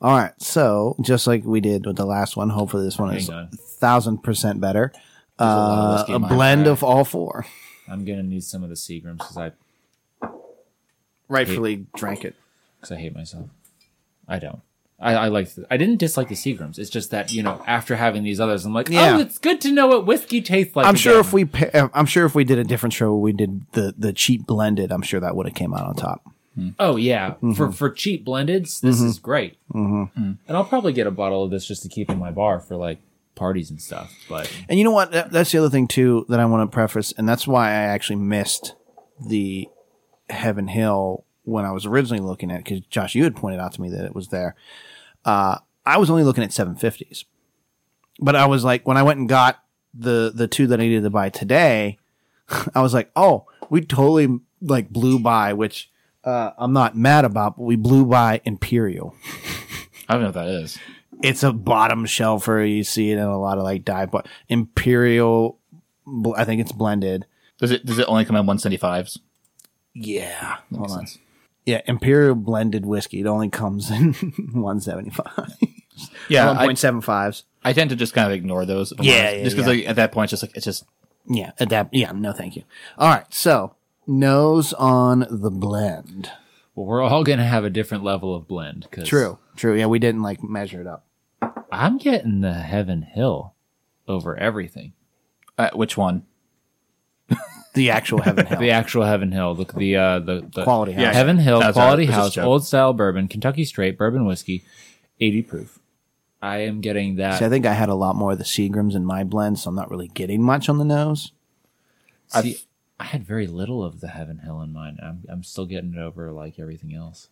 All right. So just like we did with the last one, hopefully this one is
Hang on.
thousand percent better.
a lot of
Uh,
whiskey
a
in my
blend
bag.
of all four.
I'm gonna need some of the Seagrams because I
Rightfully drank it.
because I hate myself. I don't. I, I like. The, I didn't dislike the Seagrams. It's just that you know after having these others, I'm like,
Yeah.
oh, it's good to know what whiskey tastes like.
I'm sure
again.
if we, pa- uh, I'm sure if we did a different show, where we did the the cheap blended. I'm sure that would have came out on top.
Oh yeah,
Mm-hmm.
for for cheap blendeds, this is great. Mm. And I'll probably get a bottle of this just to keep in my bar for like parties and stuff. But
And you know what? That- That's the other thing too that I want to preface, and that's why I actually missed the Heaven Hill when I was originally looking at. Because Josh, you had pointed out to me that it was there. Uh, I was only looking at 750s, but I was like, when I went and got the the two that I needed to buy today, *laughs* I was like, oh, we totally like blew by, which uh, I'm not mad about, but we blew by Imperial
I don't know what that is.
it's a bottom shelfer. You see it in a lot of like dive bar. Imperial, bl- I think it's blended.
Does it does it only come in one seventy fives?
Yeah. Hold
Makes
on.
sense.
Yeah, Imperial blended whiskey. It only comes in *laughs* 175.
Yeah, I-
1.75s.
I tend to just kind of ignore those. if I'm
Yeah,
honest.
yeah,
just because
yeah.
like, at that point, it's just like it's just
Yeah, adapt. Yeah, no, thank you. All right, so nose on the blend.
well, we're all gonna have a different level of blend. 'cause
True, true. Yeah, we didn't like measure it up.
I'm getting the Heaven Hill over everything.
uh, which one?
The actual Heaven Hill.
The actual Heaven Hill, look the uh, the, the
Quality house.
Yeah.
Heaven Hill
That's all right.
Quality
It's just a
House
joke.
Old Style Bourbon Kentucky Straight Bourbon Whiskey, 80 proof. I am getting that.
See, I think I had a lot more of the Seagrams in my blend, so I'm not really getting much on the nose.
See, I had very little of the Heaven Hill in mind. I'm I'm still getting it over like everything else.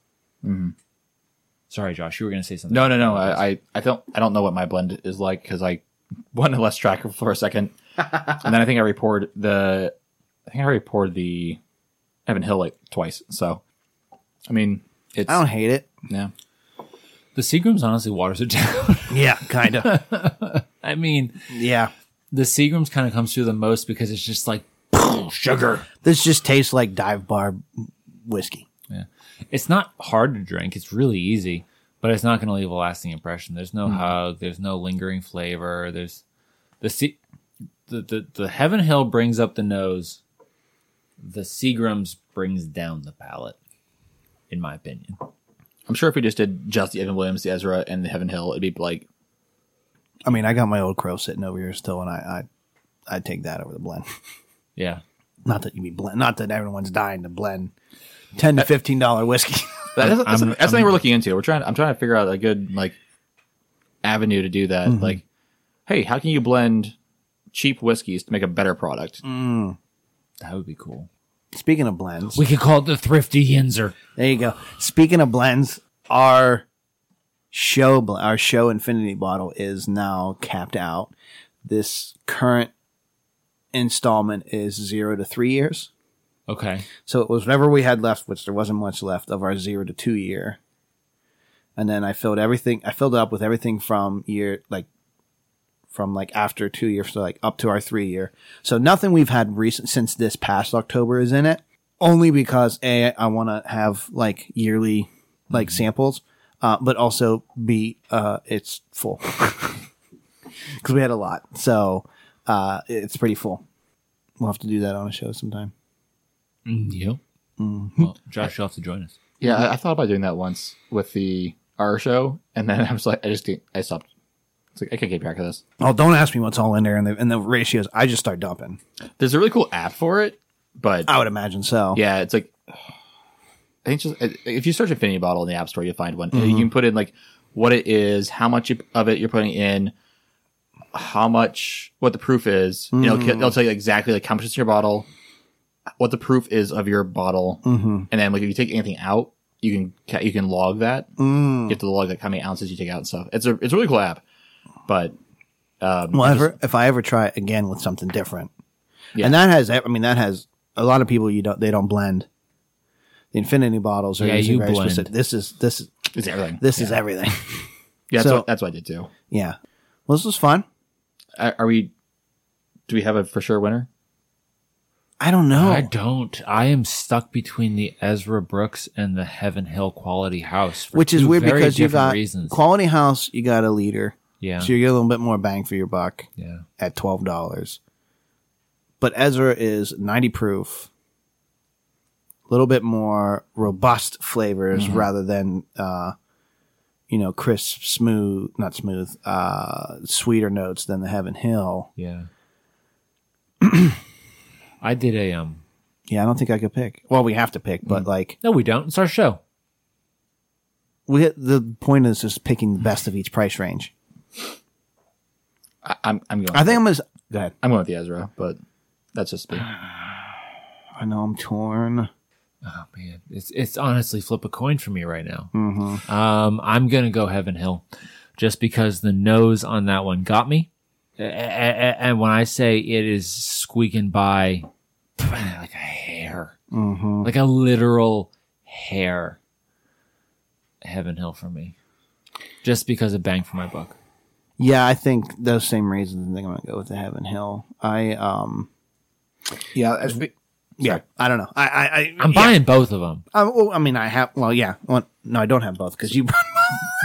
Sorry, Josh, you were gonna say something.
Mm-hmm. No, no, no. I, I, I don't I don't know what my blend is like because I *laughs* won a less track for
*laughs*
a second, and then I think I repoured the I think I repoured the Evan Hill like twice. So I mean, it's
I don't hate it.
yeah.
the Seagrams honestly waters it *laughs* down.
Yeah, kind of.
I mean,
*laughs* yeah.
the Seagrams kind of comes through the most because it's just like
sugar.
This just tastes like dive bar whiskey.
it's not hard to drink. It's really easy, but it's not going to leave a lasting impression. There's no hug. There's no lingering flavor. There's the sea, the, the the Heaven Hill brings up the nose. The Seagrams brings down the palate, in my opinion.
I'm sure if we just did just the Evan Williams, the Ezra, and the Heaven Hill, it'd be like
I mean, I got my old crow sitting over here still, and I, I, I take that over the blend. *laughs*
Yeah,
Not that you be blend. Not that everyone's dying to blend ten to fifteen dollar whiskey. *laughs*
that- that's, that's,
I'm-
that's something we're looking into. We're trying. I'm trying to figure out a good like avenue to do that. Like, hey, how can you blend cheap whiskeys to make a better product?
Mm-hmm. that would be cool.
Speaking of blends,
We could call it the Thrifty Yinzer.
there you go. Speaking of blends, our show, bl- our show infinity bottle is now capped out. This current installment is zero to three years.
Okay,
So it was whatever we had left, which there wasn't much left of our zero to two year. And then I filled everything. I filled up with everything from year like from like after two years, so like up to our three year. So nothing we've had recent since this past October is in it. Only because a I want to have like yearly like samples, uh, but also b uh, it's full *laughs* because we had a lot. So uh, it's pretty full. We'll have to do that on a show sometime.
mm, you.
Mm-hmm.
Well, Josh, you'll have to join us.
Yeah, I, I thought about doing that once with the R show, and then *laughs* I was like, I just can't- I stopped. It's like I can't keep track of this.
Oh, don't ask me what's all in there and the, and the ratios. I just start dumping.
There's a really cool app for it, but
I would imagine so.
yeah, it's like think it's just if you search Infinity Bottle in the App Store, you'll find one.
Mm-hmm.
You can put in like what it is, how much of it you're putting in, how much, what the proof is. You know,
Mm-hmm.
it'll, it'll tell you exactly like how much is in your bottle, what the proof is of your bottle,
Mm-hmm.
and then like if you take anything out, you can ca- you can log that.
Mm.
You have to log like how many ounces you take out and stuff. It's a it's a really cool app, but um,
Well, ever, if I ever try it again with something different,
Yeah.
and that has, I mean, that has a lot of people you don't they don't blend. The infinity bottles are
Yeah,
usually
you
very
blend.
specific. This is this is
it's everything.
this is everything. *laughs*
yeah, that's,
so-
what, that's what I did too.
yeah. Well, this was fun.
Are, are we? Do we have a for sure winner?
I don't know.
I don't. I am stuck between the Ezra Brooks and the Heaven Hill Quality House, for
Which is
two
weird
very
because you
different
got
reasons.
quality house, you got a leader,
yeah,
so you get a little bit more bang for your buck
yeah.
at twelve dollars. But Ezra is ninety proof, a little bit more robust flavors rather than uh, you know crisp, smooth, not smooth, uh, sweeter notes than the Heaven Hill.
Yeah. *clears throat* I did a um.
Yeah, I don't think I could pick. Well, we have to pick, but like
No, we don't. It's our show.
we hit, the point is just picking the best of each price range.
I, I'm I'm going.
I think I'm gonna. s- Go ahead.
I'm going with the Ezra, but that's just me. *laughs*
I know I'm torn.
Oh man, it's it's honestly flip a coin for me right now.
Mm-hmm.
Um, I'm gonna go Heaven Hill, just because the nose on that one got me, A- a- a- and when I say it is squeaking by *clears throat* like a hair,
Mm-hmm.
like a literal hair. Heaven Hill for me, just because of bang for my buck.
Yeah, I think those same reasons. I think I'm gonna go with the Heaven Hill. I um, yeah, as we, yeah. I don't know. I I, I
I'm buying both of them.
I, well, I mean, I have. Well, yeah. Well, no, I don't have both because you.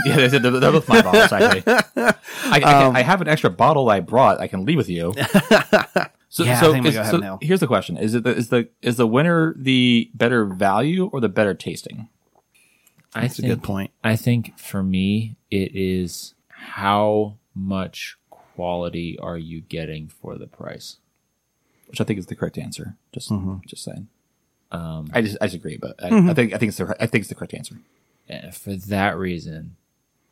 Yeah, they said they're, they're both my bottles.
*laughs*
Actually, I, I, can-
Um,
I have an extra bottle I brought. I can leave
*laughs*
with you. So,
Yeah, I
so,
think I'm gonna
is-
go ahead
so
now.
here's the question: Is it the, is the is the winner the better value or the better tasting?
I
That's a good point.
I think for me, it is how much quality are you getting for the price?
Which I think is the correct answer. Just
Mm-hmm.
just saying. I just I disagree, but I, I think I think it's the I think it's the correct answer.
And for that reason,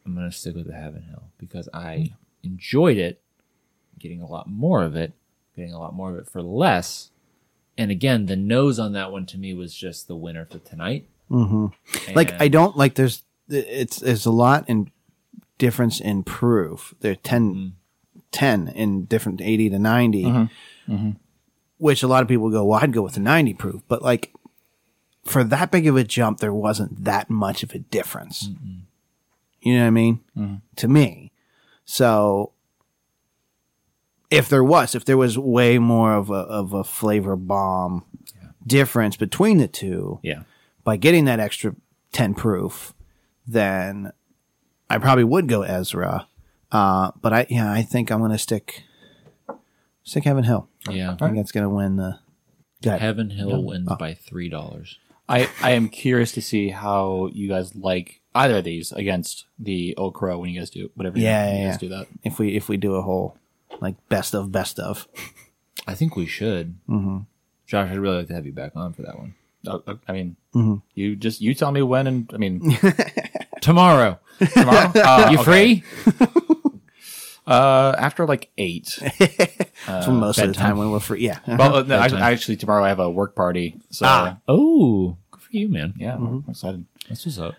I'm going to stick with the Heaven Hill because I enjoyed it, getting a lot more of it, getting a lot more of it for less. And again, the nose on that one to me was just the winner for tonight. Mm-hmm.
Like I don't like. There's it's there's a lot in difference in proof. There are 10, 10 in different eighty to 90 which a lot of people go. Well, I'd go with the ninety proof, but like for that big of a jump, there wasn't that much of a difference. You know what I mean? To me, so if there was, if there was way more of a of a flavor bomb difference between the two,
Yeah.
by getting that extra 10 proof, then I probably would go Ezra. Uh, but I, yeah, I think I'm going to stick, stick Heaven Hill.
Yeah.
I think that's going to win the, go ahead.
Heaven Hill wins by $3.
Ah. I I am curious to see how you guys like either of these against the old crow when you guys do whatever. you-
Yeah,
you
yeah,
guys
yeah.
do that.
if we, if we do a whole like best of best of.
I think we should.
Mm-hmm.
Josh, I'd really like to have you back on for that one.
Uh, uh, I mean,
Mm-hmm.
you just you tell me when, and
*laughs*
I mean
*laughs* Tomorrow.
tomorrow. Uh,
You free?
uh, after like
*laughs*
eight.
Uh,
That's most of the time when we're free. Yeah.
*laughs* Well, uh, no, actually, actually, tomorrow I have a work party, so
Oh, good for you, man.
yeah,
Mm-hmm.
I'm excited.
That's what's up.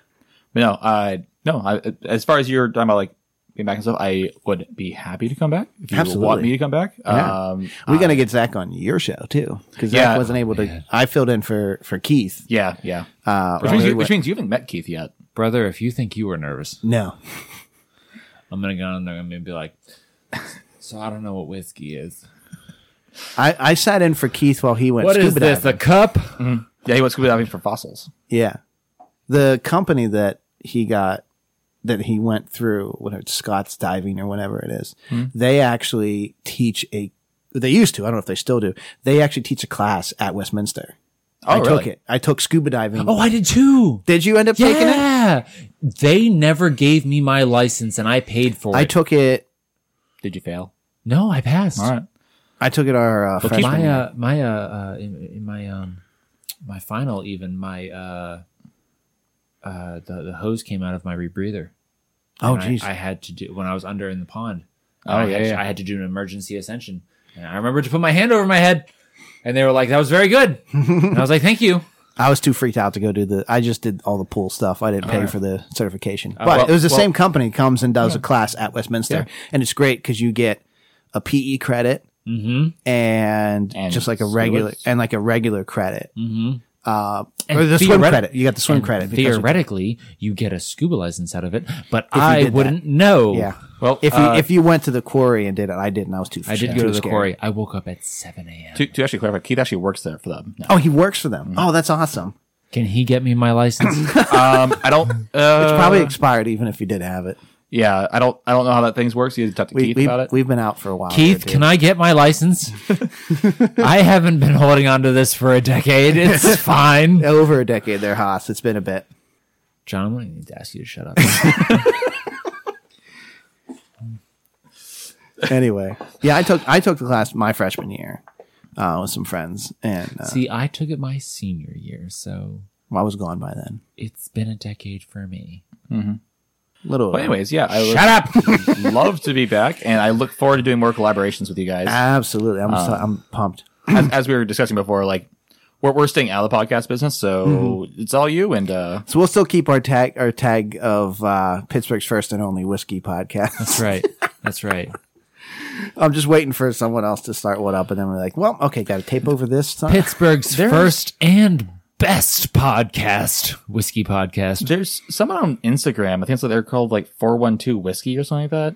But no, I no. I, as far as you're talking about like being back and stuff, I would be happy to come back if you want
Absolutely.
me to come back.
Yeah.
Um,
We're
uh,
going to get Zach on your show too. Cause
Yeah.
Zach wasn't able to, I filled in for, for Keith.
yeah, yeah.
Uh,
which,
while
means
we
you,
were-
which means you haven't met Keith yet.
Brother, if you think you were nervous,
no.
I'm going to go on there and be like, *laughs* so I don't know what whiskey is.
I, I sat in for Keith while he went
What
scuba
is this,
diving.
a cup?
Yeah, he was scuba diving for fossils.
Yeah. The company that he got that he went through, whatever it's Scott's diving or whatever it is,
Hmm.
they actually teach a they used to, I don't know if they still do, they actually teach a class at Westminster. I took
Oh, really?
it. I took scuba diving.
Oh, I did too.
Did you end up taking it?
Yeah. They never gave me my license and I paid for it.
I took it
Did you fail?
no, I passed.
All right.
I took it our uh, freshman
my
year.
uh, my uh, uh in, in my um my final even my uh uh, the the hose came out of my rebreather.
Oh,
And I-
jeez.
I, had to do when I was under in the pond.
Oh,
I
yeah,
had,
yeah.
I had to do an emergency ascension, and I remembered to put my hand over my head, and they were like, "That was very
*laughs*
good." and I was like, "Thank you."
I was too freaked out to go do the. I just did all the pool stuff. I didn't pay for the certification, but
Uh, well-
it was the
well-
same company comes and does a class at Westminster,
Yeah.
and it's great because you get a PE credit Mm-hmm. and,
And
just like a regular
stewards.
and like a regular credit,
And
or the swim
theoret-
credit. You got the swim
and
credit. because you-
Theoretically, you get a scuba license out of it, but
you
I
did that.
wouldn't know.
yeah.
Well,
if you
uh,
if you went to the quarry and did it, I didn't. I was too.
I did
too
go to the
scared.
quarry. I woke up at seven a.m.
to, to actually clarify, Keith actually works there for them. now.
Oh, he works for them. Oh, that's awesome.
Can he get me my license?
*coughs*
Um, I don't. Uh,
*laughs* It's probably expired, even if you did have it.
yeah, I don't. I don't know how that things works. You need to talk to
We,
Keith
we,
about it.
We've been out for a while. here,
Keith,
dude.
can I get my
*laughs*
license? I haven't been holding on to this for a
*laughs*
decade. It's fine.
over a decade there, Haas. It's been a bit.
John, I'm going to need to ask you to shut
*laughs*
up.
anyway, yeah, I took I took the class my freshman year uh, with some friends, and uh,
See, I took it my senior year, so
I was gone by then.
it's been a decade for me.
Little,
But anyways, yeah,
Oh,
I would
Shut up.
love to be back, and I look forward to doing more collaborations with
*laughs*
you guys.
absolutely. I'm so- I'm pumped.
as, as we were discussing before, like we're, we're staying out of the podcast business, so it's all you. And uh,
So we'll still keep our tag our tag of uh, Pittsburgh's first and only whiskey podcast.
That's right. That's right.
*laughs* I'm just waiting for someone else to start one up, and then we're like, well, okay, got to tape over this. Time.
Pittsburgh's first and best podcast, whiskey podcast.
there's someone on Instagram. I think it's like they're called like four one two whiskey or something like that.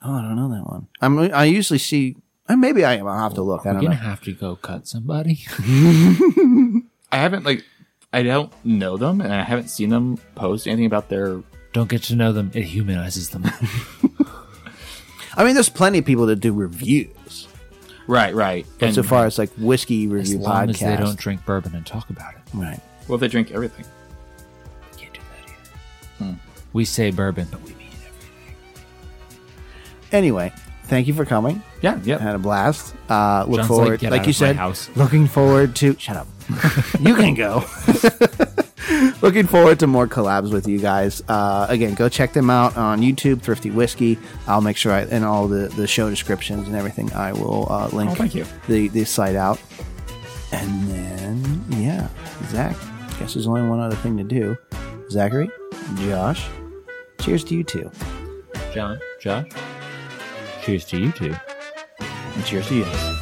Oh, I don't know that one. I'm I usually see. uh, Maybe I am. I'll have to look. I
You're
don't
going to
know.
have to go cut somebody. *laughs*
I haven't like I don't know them, and I haven't seen them post anything about their.
Don't get to know them. It humanizes
*laughs*
them.
I mean, there's plenty of people that do reviews.
Right, right.
But
And
so far, it's like whiskey
As
review
long
podcast.
as they don't drink bourbon and talk about it.
right.
what if they drink everything?
Can't do that either.
Hmm.
We say bourbon, but we mean everything.
Anyway, thank you for coming.
Yeah, yeah.
had a blast. Uh, look
John's
forward,
like,
like,
"Get out
you
of my
said,
house."
looking forward to. Shut
*laughs*
up. you can go. *laughs* looking forward to more collabs with you guys. Uh, again, go check them out on YouTube, Thrifty Whiskey. I'll make sure I in all the the show descriptions and everything. I will uh, link.
Oh, thank you.
The the site out, and then yeah, Zach. I guess there's only one other thing to do. Zachary, Josh. Cheers to you two.
John, Josh, cheers to you two.
And cheers to you.